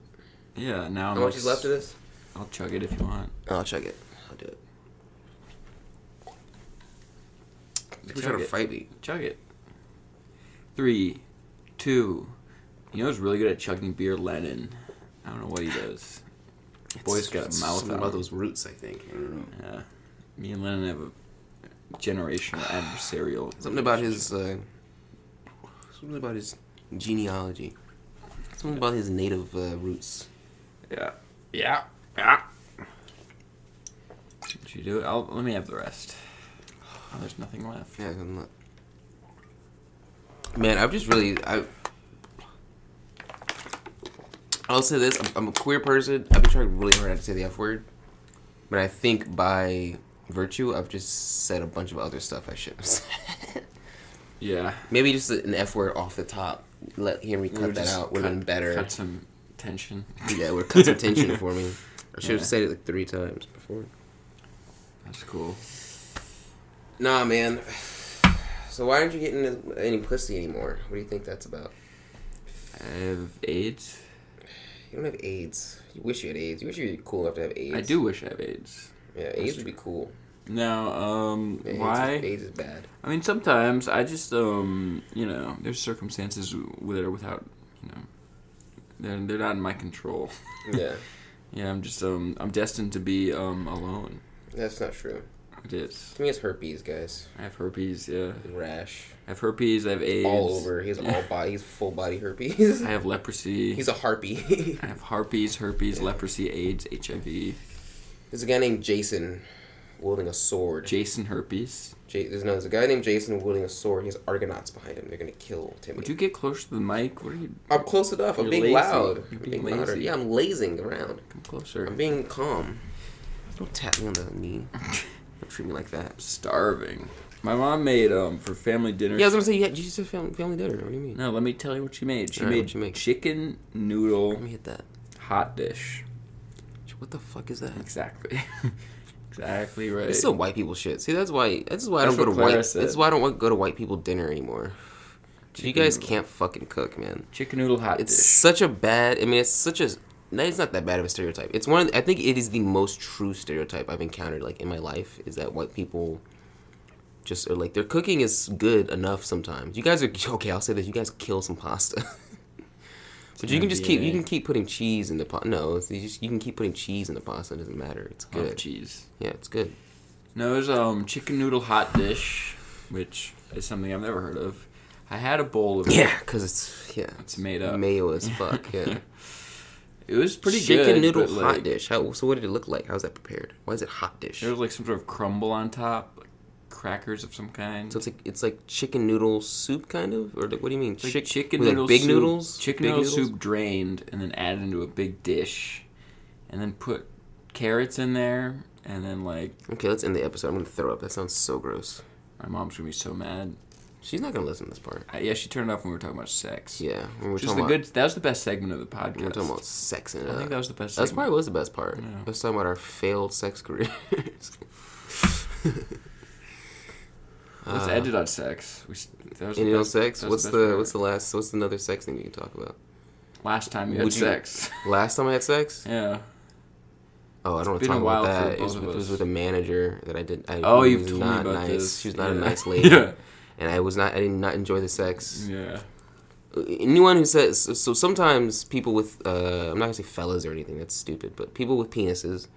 Speaker 1: yeah. Now I'm
Speaker 2: How much
Speaker 1: like,
Speaker 2: is left of this?
Speaker 1: I'll chug it if you want.
Speaker 2: I'll chug it. I'll do it. People trying
Speaker 1: Chug
Speaker 2: to
Speaker 1: it.
Speaker 2: fight me.
Speaker 1: Chug it. Three, two. You know who's really good at chugging beer? Lennon. I don't know what he does. Boy's got a mouth
Speaker 3: Something
Speaker 1: on.
Speaker 3: about those roots, I think. I don't know.
Speaker 1: Yeah. Me and Lennon have a generational adversarial.
Speaker 2: Something about his. Uh, something about his genealogy. Something about his native uh, roots.
Speaker 1: Yeah. Yeah. Yeah. Did you do it? I'll, let me have the rest. Oh, there's nothing left.
Speaker 2: Yeah, I'm not. Man, I've just really I. I'll say this: I'm, I'm a queer person. I've been trying really hard not to say the F word, but I think by virtue, I've just said a bunch of other stuff I should have said.
Speaker 1: Yeah.
Speaker 2: Maybe just an F word off the top. Let Henry
Speaker 1: We
Speaker 2: cut
Speaker 1: would
Speaker 2: that
Speaker 1: just
Speaker 2: out. Would have
Speaker 1: cut-
Speaker 2: been better.
Speaker 1: Cut some tension.
Speaker 2: Yeah, would cut some tension for me. I should have
Speaker 1: Yeah.
Speaker 2: said it like three times before.
Speaker 1: That's cool.
Speaker 2: Nah, man. So why aren't you getting any pussy anymore? What do you think that's about?
Speaker 1: I have AIDS.
Speaker 2: You don't have AIDS. You wish you had AIDS. You wish you'd be cool enough to have AIDS.
Speaker 1: I do wish I have AIDS.
Speaker 2: Yeah, AIDS would be cool.
Speaker 1: Now, um,
Speaker 2: Yeah, AIDS
Speaker 1: why?
Speaker 2: Is, AIDS is bad.
Speaker 1: I mean, sometimes I just, um, you know, there's circumstances with or without, you know, they're, they're not in my control.
Speaker 2: Yeah,
Speaker 1: Yeah, I'm just, um, I'm destined to be, um, alone.
Speaker 2: that's not true.
Speaker 1: It is.
Speaker 2: To me, it's herpes, guys.
Speaker 1: I have herpes, yeah.
Speaker 2: Rash
Speaker 1: I have herpes, I have AIDS.
Speaker 2: all over. He has all body. He's full body herpes.
Speaker 1: I have leprosy.
Speaker 2: He's a harpy.
Speaker 1: I have harpies, herpes, leprosy, AIDS, HIV.
Speaker 2: There's a guy named Jason wielding a sword.
Speaker 1: Jason herpes.
Speaker 2: Ja- there's no. There's a guy named Jason wielding a sword. He has Argonauts behind him. They're gonna kill Timmy.
Speaker 1: Would you get close to the mic? What are you?
Speaker 2: I'm close enough. I'm
Speaker 1: You're
Speaker 2: being
Speaker 1: lazy.
Speaker 2: loud.
Speaker 1: You're
Speaker 2: I'm
Speaker 1: being
Speaker 2: being louder.
Speaker 1: lazy.
Speaker 2: Yeah, I'm lazing around.
Speaker 1: Come closer.
Speaker 2: I'm being calm. Don't tap me on the knee. Don't treat me like that.
Speaker 1: starving. My mom made um for family dinner.
Speaker 2: Yeah, I was gonna say yeah. You just said family, family dinner. What do you mean?
Speaker 1: No, let me tell you what she made. She
Speaker 2: Alright,
Speaker 1: made
Speaker 2: what'd you make?
Speaker 1: chicken
Speaker 2: Let
Speaker 1: noodle
Speaker 2: me hit that.
Speaker 1: hot dish.
Speaker 2: What the fuck is that?
Speaker 1: Exactly. exactly right.
Speaker 2: It's some white people shit. See, that's why. That's why
Speaker 1: That's
Speaker 2: I don't go
Speaker 1: what
Speaker 2: to white.
Speaker 1: Clara said.
Speaker 2: That's why I don't want to go to white people dinner anymore. You guys can't fucking cook, man.
Speaker 1: chicken noodle hot
Speaker 2: It's
Speaker 1: dish.
Speaker 2: such a bad. I mean, it's such a. no, It's not that bad of a stereotype. It's one. Of the, I think it is the most true stereotype I've encountered, like in my life, is that white people just are like their cooking is good enough sometimes. You guys are okay. I'll say this: you guys kill some pasta, but you can just keep you
Speaker 1: NBA.
Speaker 2: can keep putting cheese in the pasta. No, it's, you just you can keep putting cheese in the pasta. It doesn't matter. It's
Speaker 1: Love
Speaker 2: good.
Speaker 1: cheese.
Speaker 2: Yeah, it's good.
Speaker 1: Oh, No, it was um chicken noodle hot dish, which is something I've never heard of. I had a bowl of it.
Speaker 2: Yeah, because it's yeah,
Speaker 1: It's made up.
Speaker 2: mayo as fuck. Yeah,
Speaker 1: It was pretty
Speaker 2: chicken
Speaker 1: good.
Speaker 2: noodle
Speaker 1: but,
Speaker 2: hot
Speaker 1: like,
Speaker 2: dish. How, so what did it look like? How's that prepared? Why is it hot dish?
Speaker 1: There was like some sort of crumble on top, like crackers of some kind.
Speaker 2: So it's like it's like chicken noodle soup, kind of, or like, what do you mean?
Speaker 1: Like
Speaker 2: Chick-
Speaker 1: chicken
Speaker 2: with, like,
Speaker 1: noodle
Speaker 2: big
Speaker 1: soup,
Speaker 2: noodles,
Speaker 1: Chicken
Speaker 2: Big
Speaker 1: noodle
Speaker 2: noodles?
Speaker 1: soup drained and then added into a big dish, and then put carrots in there, and then like
Speaker 2: Okay, let's end the episode. I'm gonna throw up. That sounds so gross.
Speaker 1: my mom's gonna be so mad.
Speaker 2: She's not gonna listen to this part.
Speaker 1: I, yeah, she turned it off when we were talking about sex.
Speaker 2: Yeah, when we're
Speaker 1: Which is
Speaker 2: talking
Speaker 1: the
Speaker 2: about
Speaker 1: good. That was the best segment of the podcast.
Speaker 2: when we're talking about sex and
Speaker 1: I think that was the best.
Speaker 2: that's
Speaker 1: segment.
Speaker 2: probably was the best part.
Speaker 1: Yeah.
Speaker 2: Let's talk about our failed sex careers.
Speaker 1: Let's
Speaker 2: Uh,
Speaker 1: edit on sex. We, s- that was the
Speaker 2: Any other
Speaker 1: best-
Speaker 2: sex?
Speaker 1: that
Speaker 2: What's
Speaker 1: was
Speaker 2: the,
Speaker 1: best part.
Speaker 2: what's the last? What's another sex thing we can talk about?
Speaker 1: last time you had
Speaker 2: Would you-
Speaker 1: sex?
Speaker 2: Last time I had sex?
Speaker 1: yeah.
Speaker 2: Oh, I don't want
Speaker 1: been
Speaker 2: to talk
Speaker 1: a
Speaker 2: about
Speaker 1: while for
Speaker 2: that. It was,
Speaker 1: both of
Speaker 2: with- it was
Speaker 1: us.
Speaker 2: with a manager that I did. I,
Speaker 1: Oh,
Speaker 2: who
Speaker 1: you've
Speaker 2: was
Speaker 1: told me
Speaker 2: not
Speaker 1: about
Speaker 2: nice.
Speaker 1: this.
Speaker 2: She was not
Speaker 1: Yeah.
Speaker 2: a nice lady,
Speaker 1: yeah.
Speaker 2: and I was not. I did not enjoy the sex.
Speaker 1: Yeah.
Speaker 2: anyone who says so- so sometimes people with uh, i'm not gonna say fellas or anything that's stupid but people with penises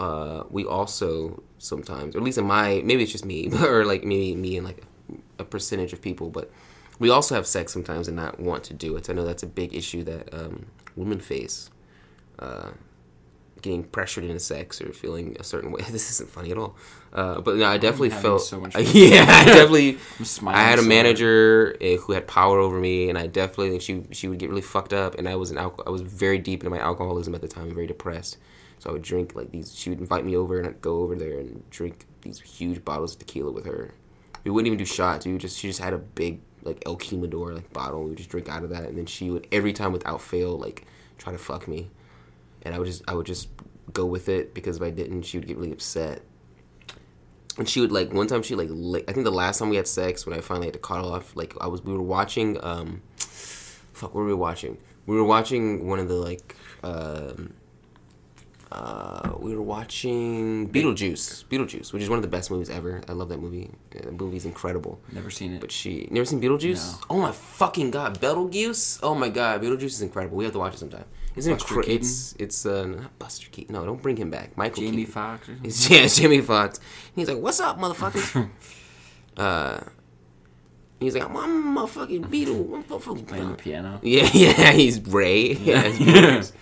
Speaker 2: uh, we also sometimes or at least in my maybe it's just me or like maybe me and like a percentage of people but we also have sex sometimes and not want to do it i know that's a big issue that um, women face uh, getting pressured into sex or feeling a certain way. This isn't funny at all. Uh, but no, I definitely
Speaker 1: having
Speaker 2: felt.
Speaker 1: so much fun.
Speaker 2: yeah, I definitely.
Speaker 1: I'm smiling
Speaker 2: I had a
Speaker 1: so hard.
Speaker 2: manager eh, who had power over me, and I definitely think she she would get really fucked up. And I was an alco- I was very deep into my alcoholism at the time, and very depressed. So I would drink like these. She would invite me over, and I'd go over there and drink these huge bottles of tequila with her. We wouldn't even do shots. We would just she just had a big like El Quimador like bottle. We would just drink out of that, and then she would every time without fail like try to fuck me, and I would just I would just go with it because if I didn't, she would get really upset. And she would like one time she like lick, I think the last time we had sex when I finally had to cut off like I was we were watching um fuck what were we watching we were watching one of the like um uh we were watching Beetlejuice Beetlejuice which is one of the best movies ever I love that movie Yeah, that movie's incredible
Speaker 1: Never seen it.
Speaker 2: but she never seen Beetlejuice
Speaker 1: No.
Speaker 2: oh my fucking god Betelgeuse oh my god Beetlejuice is incredible we have to watch it sometime isn't
Speaker 1: Buster
Speaker 2: it cra-
Speaker 1: Keaton?
Speaker 2: it's it's uh not Buster Keaton no don't bring him back Michael
Speaker 1: Jamie
Speaker 2: Keaton.
Speaker 1: Foxx or something.
Speaker 2: It's, yeah, it's Jamie Foxx. And he's like, "What's up, motherfucker?" uh, he's like, "I'm, I'm a motherfucking beetle. I'm a motherfucking
Speaker 1: Playing the
Speaker 2: beetle."
Speaker 1: piano.
Speaker 2: Yeah, yeah, he's Ray. Yeah, it's
Speaker 1: Yeah.
Speaker 2: Beetlejuice.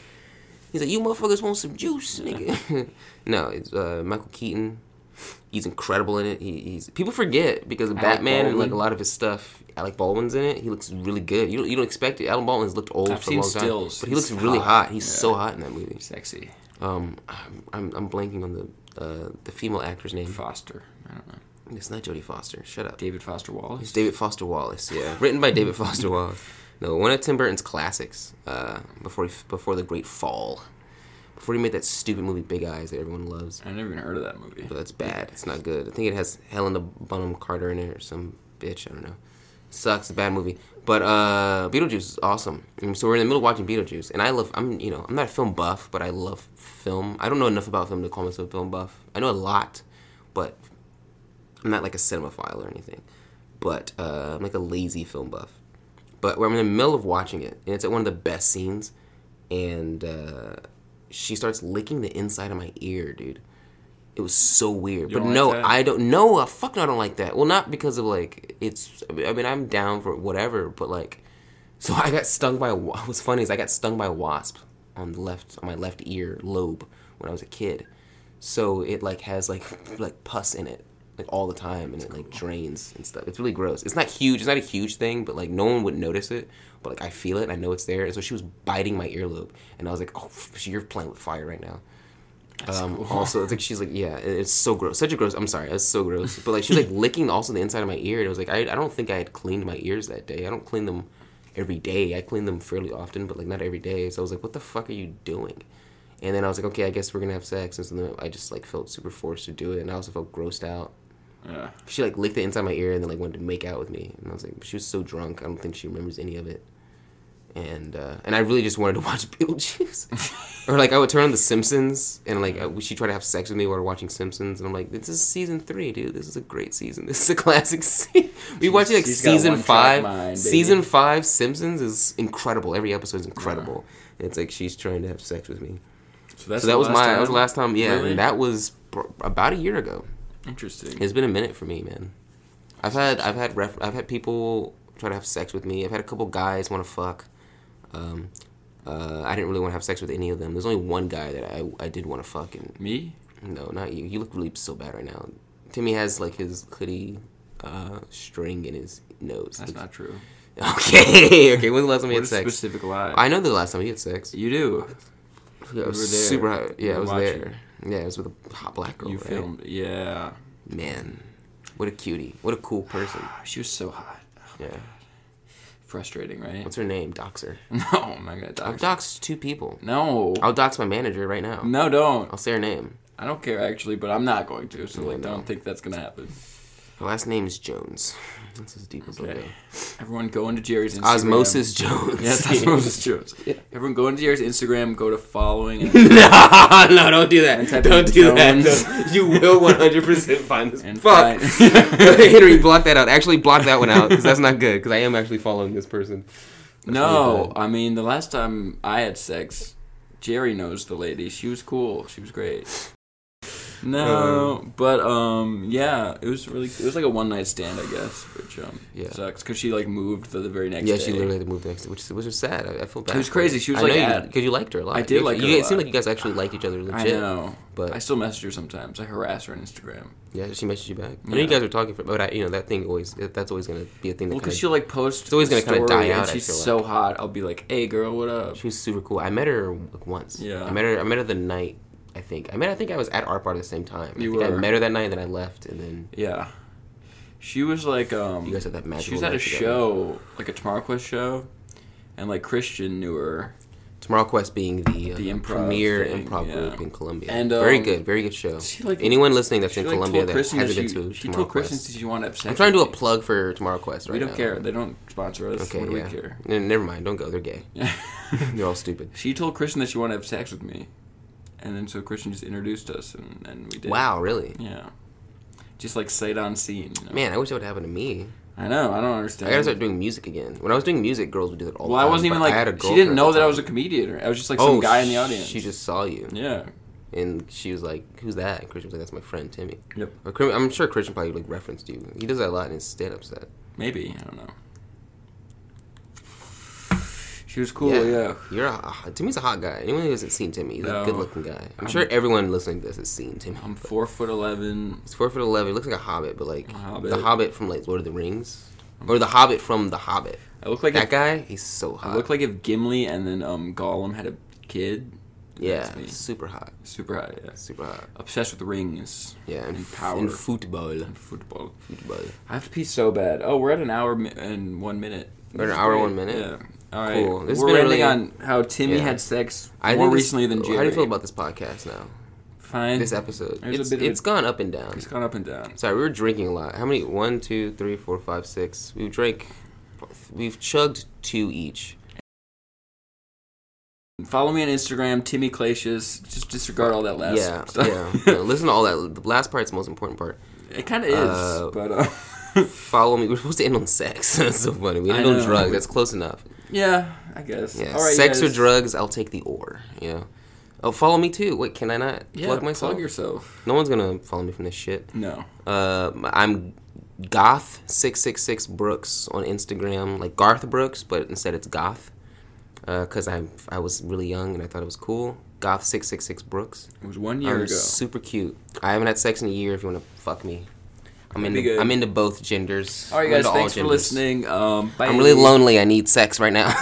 Speaker 2: he's like, "You motherfuckers want some juice, nigga?" no, it's uh, Michael Keaton. He's incredible in it. He, he's people forget because of
Speaker 1: Alec
Speaker 2: Batman and like
Speaker 1: Baldwin.
Speaker 2: a lot of his stuff. Alec Baldwin's in it. He looks really good. You don't, you don't expect it. Alec Baldwin's looked old
Speaker 1: I've
Speaker 2: for a
Speaker 1: seen
Speaker 2: long time,
Speaker 1: stills.
Speaker 2: but he
Speaker 1: He's
Speaker 2: looks really
Speaker 1: hot.
Speaker 2: hot. He's
Speaker 1: Yeah.
Speaker 2: so hot in that movie.
Speaker 1: Sexy.
Speaker 2: Um, I'm, I'm, I'm blanking on the uh, the female actor's name.
Speaker 1: Foster. I don't know.
Speaker 2: It's not Jodie Foster. Shut up.
Speaker 1: David Foster Wallace.
Speaker 2: It's David Foster Wallace. Yeah, written by David Foster Wallace. No, one of Tim Burton's classics. Uh, before he, before the Great Fall, before he made that stupid movie Big Eyes that everyone loves.
Speaker 1: I never even heard of that movie.
Speaker 2: But that's bad. It's not good. I think it has Helena Bonham Carter in it or some bitch. I don't know. Sucks. Bad movie. But uh, Beetlejuice is awesome. And so we're in the middle of watching Beetlejuice, and I love. I'm you know I'm not a film buff, but I love film. I don't know enough about film to call myself a film buff. I know a lot, but I'm not like a cinemaphile or anything. But uh, I'm like a lazy film buff. But we're in the middle of watching it, and it's at one of the best scenes, and uh, she starts licking the inside of my ear, dude. It was so weird.
Speaker 1: You
Speaker 2: but
Speaker 1: don't
Speaker 2: no,
Speaker 1: like that?
Speaker 2: I don't. No, uh, fuck no, I don't like that. Well, not because of like it's. I mean- I mean, I'm down for whatever, but like, so I got stung by. a wa- What's funny is I got stung by a wasp on the left on my left ear lobe when I was a kid. So it like has like like pus in it like all the time, and it like drains and stuff. It's really gross. It's not huge. It's not a huge thing, but like no one would notice it. But like I feel it, and I know it's there. And so she was biting my earlobe, and I was like, "Oh, f- you're playing with fire right now." Um, Also, it's like she's like, yeah, it- it's so gross. Such a gross. I'm sorry, it's so gross. But like she was like licking also the inside of my ear, and it was like I, I don't think I had cleaned my ears that day. I don't clean them every day. I clean them fairly often, but like not every day. So I was like, what the fuck are you doing? And then I was like, okay, I guess we're gonna have sex. And so then I just like felt super forced to do it, and I also felt grossed out.
Speaker 1: Yeah.
Speaker 2: She like licked the inside of my ear and then like wanted to make out with me, and I was like, she was so drunk, I don't think she remembers any of it. And uh, and I really just wanted to watch
Speaker 1: uh,
Speaker 2: Beetlejuice, or like I would turn on The Simpsons, and like I, she tried to have sex with me while we're watching Simpsons, and I'm like, this is season three, dude. This is a great season. This is a classic season. We
Speaker 1: She's-
Speaker 2: watched like
Speaker 1: she's got a
Speaker 2: season
Speaker 1: one-track
Speaker 2: five.
Speaker 1: mind, baby.
Speaker 2: season five Simpsons is incredible. Every episode is incredible. And it's like she's trying to have sex with me.
Speaker 1: So, that's
Speaker 2: so that
Speaker 1: the
Speaker 2: was
Speaker 1: last
Speaker 2: my
Speaker 1: time?
Speaker 2: that was the last time. Yeah,
Speaker 1: Really?
Speaker 2: and that was pr- about a year ago.
Speaker 1: Interesting.
Speaker 2: It's been a minute for me, man. I've had I've had ref- I've had people try to have sex with me. I've had a couple guys want to fuck. Um, uh, I didn't really want to have sex with any of them. There's only one guy that I, I did want to fuck, and
Speaker 1: Me?
Speaker 2: no, not you. You look really so bad right now. Timmy has like his hoodie uh, string in his nose.
Speaker 1: That's not true.
Speaker 2: okay. okay, when's the last time we
Speaker 1: What
Speaker 2: had
Speaker 1: a
Speaker 2: sex?
Speaker 1: specific lie.
Speaker 2: I know the last time he had sex.
Speaker 1: you do.
Speaker 2: Yeah, I
Speaker 1: were
Speaker 2: was
Speaker 1: there.
Speaker 2: super hot.
Speaker 1: You
Speaker 2: Yeah, I
Speaker 1: were
Speaker 2: was
Speaker 1: watching.
Speaker 2: there. Yeah, it was with a hot black girl.
Speaker 1: You
Speaker 2: right?
Speaker 1: filmed. Yeah.
Speaker 2: Man, what a cutie. What a cool person.
Speaker 1: Ah, She was so hot.
Speaker 2: Yeah.
Speaker 1: Frustrating, right?
Speaker 2: What's her name? Doxer.
Speaker 1: no, I'm not gonna
Speaker 2: I've
Speaker 1: dox.
Speaker 2: doxed two people.
Speaker 1: no.
Speaker 2: I'll dox my manager right now.
Speaker 1: no, don't.
Speaker 2: I'll say her name.
Speaker 1: I don't care actually, but I'm not going to. So
Speaker 2: Yeah,
Speaker 1: like,
Speaker 2: no.
Speaker 1: don't think that's gonna happen.
Speaker 2: Her last name is Jones. That's as deep as I'll
Speaker 1: Okay.
Speaker 2: go.
Speaker 1: Everyone go into Jerry's Instagram.
Speaker 2: Osmosis Jones.
Speaker 1: Yeah, that's Osmosis Jones. Everyone go into Jerry's Instagram. Go to following. And
Speaker 2: no, no, don't do
Speaker 1: And
Speaker 2: that.
Speaker 1: type
Speaker 2: Don't
Speaker 1: in
Speaker 2: do
Speaker 1: Jones.
Speaker 2: that. No. You will 100% find this.
Speaker 1: And
Speaker 2: Fuck.
Speaker 1: find-
Speaker 2: Henry, block that out. Actually, block that one out because that's not good because I am actually following this person.
Speaker 1: No, I mean the last time I had sex, Jerry knows the lady. She was cool. She was great. No, but um, yeah, it was really. It was like a one night stand, I guess, which um,
Speaker 2: Yeah.
Speaker 1: sucks because she like moved the, the very next.
Speaker 2: yeah,
Speaker 1: day.
Speaker 2: she literally had to move next, to- which which is sad. I, I feel bad.
Speaker 1: was
Speaker 2: for
Speaker 1: crazy.
Speaker 2: her.
Speaker 1: She was,
Speaker 2: I know
Speaker 1: like,
Speaker 2: you-
Speaker 1: at-
Speaker 2: you liked her a lot.
Speaker 1: I did
Speaker 2: You-
Speaker 1: like her
Speaker 2: you,
Speaker 1: a
Speaker 2: It seemed
Speaker 1: lot.
Speaker 2: like you guys actually liked each other legit.
Speaker 1: I know,
Speaker 2: but-
Speaker 1: but I still message her sometimes. I harass her on Instagram.
Speaker 2: Yeah, she messaged you back. I know
Speaker 1: Yeah.
Speaker 2: you guys were talking, for, but I, you know that thing always that's always gonna be a thing. That
Speaker 1: Well, because
Speaker 2: kinda,
Speaker 1: she'll like post. It's
Speaker 2: always gonna kinda die out,
Speaker 1: And
Speaker 2: I
Speaker 1: she's
Speaker 2: feel
Speaker 1: so
Speaker 2: like.
Speaker 1: hot. I'll be like, "Hey, girl, what up?"
Speaker 2: she was super cool. I met her like once.
Speaker 1: Yeah.
Speaker 2: I met her. I met her the night. I think I met. I think I was at art bar at the same time. I
Speaker 1: You
Speaker 2: think I
Speaker 1: were.
Speaker 2: met her that night, and then I left, and then
Speaker 1: Yeah, she was like, um,
Speaker 2: you guys had that magical.
Speaker 1: she was at a
Speaker 2: night together.
Speaker 1: show, like a Tomorrow Quest show, and like Christian knew her.
Speaker 2: Tomorrow Quest being the, uh,
Speaker 1: The improv
Speaker 2: premier
Speaker 1: thing,
Speaker 2: improv
Speaker 1: yeah.
Speaker 2: group in Colombia.
Speaker 1: And,
Speaker 2: very
Speaker 1: um,
Speaker 2: good, very good show.
Speaker 1: she, like-
Speaker 2: Anyone listening that's
Speaker 1: She,
Speaker 2: in
Speaker 1: like,
Speaker 2: Colombia
Speaker 1: told
Speaker 2: that
Speaker 1: Kristen
Speaker 2: hasn't
Speaker 1: that
Speaker 2: been
Speaker 1: she,
Speaker 2: to
Speaker 1: she
Speaker 2: Tomorrow
Speaker 1: told Kristen
Speaker 2: Quest.
Speaker 1: she wanted upset.
Speaker 2: I'm trying to do a
Speaker 1: me.
Speaker 2: plug for Tomorrow Quest right
Speaker 1: We don't
Speaker 2: now.
Speaker 1: care. They don't sponsor us.
Speaker 2: Okay,
Speaker 1: what
Speaker 2: yeah.
Speaker 1: do we
Speaker 2: N- never mind. Don't go. They're gay.
Speaker 1: care?
Speaker 2: They're all stupid.
Speaker 1: she told Christian that she wanted to have sex with me, and then so Christian just introduced us, and, and we did.
Speaker 2: Wow, really?
Speaker 1: Yeah. Just like sight on scene. you know?
Speaker 2: Man, I wish that would happen to me.
Speaker 1: I know. I don't
Speaker 2: I
Speaker 1: understand.
Speaker 2: gotta start doing music again. When I was doing music, girls would do that all
Speaker 1: Mm. well,
Speaker 2: the time.
Speaker 1: I wasn't even
Speaker 2: but
Speaker 1: like.
Speaker 2: I had a
Speaker 1: she
Speaker 2: girlfriend
Speaker 1: didn't
Speaker 2: at
Speaker 1: know
Speaker 2: the
Speaker 1: that I was a
Speaker 2: time.
Speaker 1: comedian. or- I was just like
Speaker 2: oh,
Speaker 1: some guy in the
Speaker 2: sh-
Speaker 1: audience.
Speaker 2: She just saw you,
Speaker 1: Yeah.
Speaker 2: and she was like, "Who's that?" And Christian was like, "That's my friend Timmy."
Speaker 1: Yep.
Speaker 2: Or Crim- I'm sure Christian probably like referenced you. He does that a lot in his stand-up set.
Speaker 1: Maybe. I don't know. She was cool. yeah.
Speaker 2: You're a, ah, Timmy's a hot guy. Anyone who hasn't seen Timmy, he's a
Speaker 1: No.
Speaker 2: good-looking guy. I'm,
Speaker 1: I'm-
Speaker 2: sure everyone listening to this has seen Timmy.
Speaker 1: I'm four foot eleven.
Speaker 2: He's four foot eleven. He looks like a hobbit, but like
Speaker 1: A hobbit.
Speaker 2: the hobbit from like Lord of the Rings, or the hobbit from the Hobbit.
Speaker 1: I look like
Speaker 2: that
Speaker 1: if,
Speaker 2: guy, he's so
Speaker 1: I
Speaker 2: hot.
Speaker 1: look like if Gimli and then um Gollum had a kid.
Speaker 2: yeah,
Speaker 1: That's me.
Speaker 2: super hot,
Speaker 1: Super hot. Yeah.
Speaker 2: super hot.
Speaker 1: Obsessed with rings
Speaker 2: Yeah, and,
Speaker 1: And
Speaker 2: f-
Speaker 1: power.
Speaker 2: and football,
Speaker 1: and football.
Speaker 2: football.
Speaker 1: I have to pee so bad. Oh, we're at an hour mi- and one minute.
Speaker 2: We're at an
Speaker 1: This is
Speaker 2: hour,
Speaker 1: great.
Speaker 2: one minute?
Speaker 1: Yeah. All right.
Speaker 2: Cool. This has
Speaker 1: we're
Speaker 2: been a
Speaker 1: ending
Speaker 2: really-
Speaker 1: on how Timmy
Speaker 2: Yeah.
Speaker 1: had sex
Speaker 2: I
Speaker 1: more
Speaker 2: think this-
Speaker 1: recently than Jerry.
Speaker 2: How do you feel about this podcast now?
Speaker 1: Fine.
Speaker 2: This episode,
Speaker 1: There's a
Speaker 2: it's,
Speaker 1: bit of a-
Speaker 2: it's gone up and down.
Speaker 1: It's gone up and down.
Speaker 2: Sorry, we were drinking a lot. How many? One, two, three, four, five, six. We've drank, we've chugged two each.
Speaker 1: Follow me on Instagram, Timmy Clacius. Just disregard all that last
Speaker 2: yeah,
Speaker 1: stuff.
Speaker 2: yeah. No, listen to all that. The last part's the most important part.
Speaker 1: it kind of is,
Speaker 2: Uh,
Speaker 1: but uh,
Speaker 2: Follow me. We're supposed to end on sex. That's so funny. We
Speaker 1: I
Speaker 2: ended on
Speaker 1: know.
Speaker 2: drugs. That's close enough.
Speaker 1: yeah, I guess.
Speaker 2: Yeah.
Speaker 1: All right,
Speaker 2: sex
Speaker 1: you
Speaker 2: or
Speaker 1: guys.
Speaker 2: drugs? I'll take the or. You know. Oh, follow me too. Wait, can I not
Speaker 1: Yeah,
Speaker 2: plug myself?
Speaker 1: Plug yourself.
Speaker 2: no one's gonna follow me from this shit.
Speaker 1: No.
Speaker 2: Uh, I'm Goth six six six Brooks on Instagram, like Garth Brooks, but instead it's Goth, because I I was really young and I thought it was cool. Goth six six six Brooks.
Speaker 1: It was one year
Speaker 2: I'm
Speaker 1: ago.
Speaker 2: super cute. I haven't had sex in a year. If you want to fuck me, I'm
Speaker 1: That'd be
Speaker 2: into
Speaker 1: good.
Speaker 2: I'm into both genders.
Speaker 1: all right,
Speaker 2: I'm
Speaker 1: guys.
Speaker 2: into all
Speaker 1: Thanks for
Speaker 2: genders.
Speaker 1: listening. Um, bye.
Speaker 2: I'm really lonely. I need sex right now.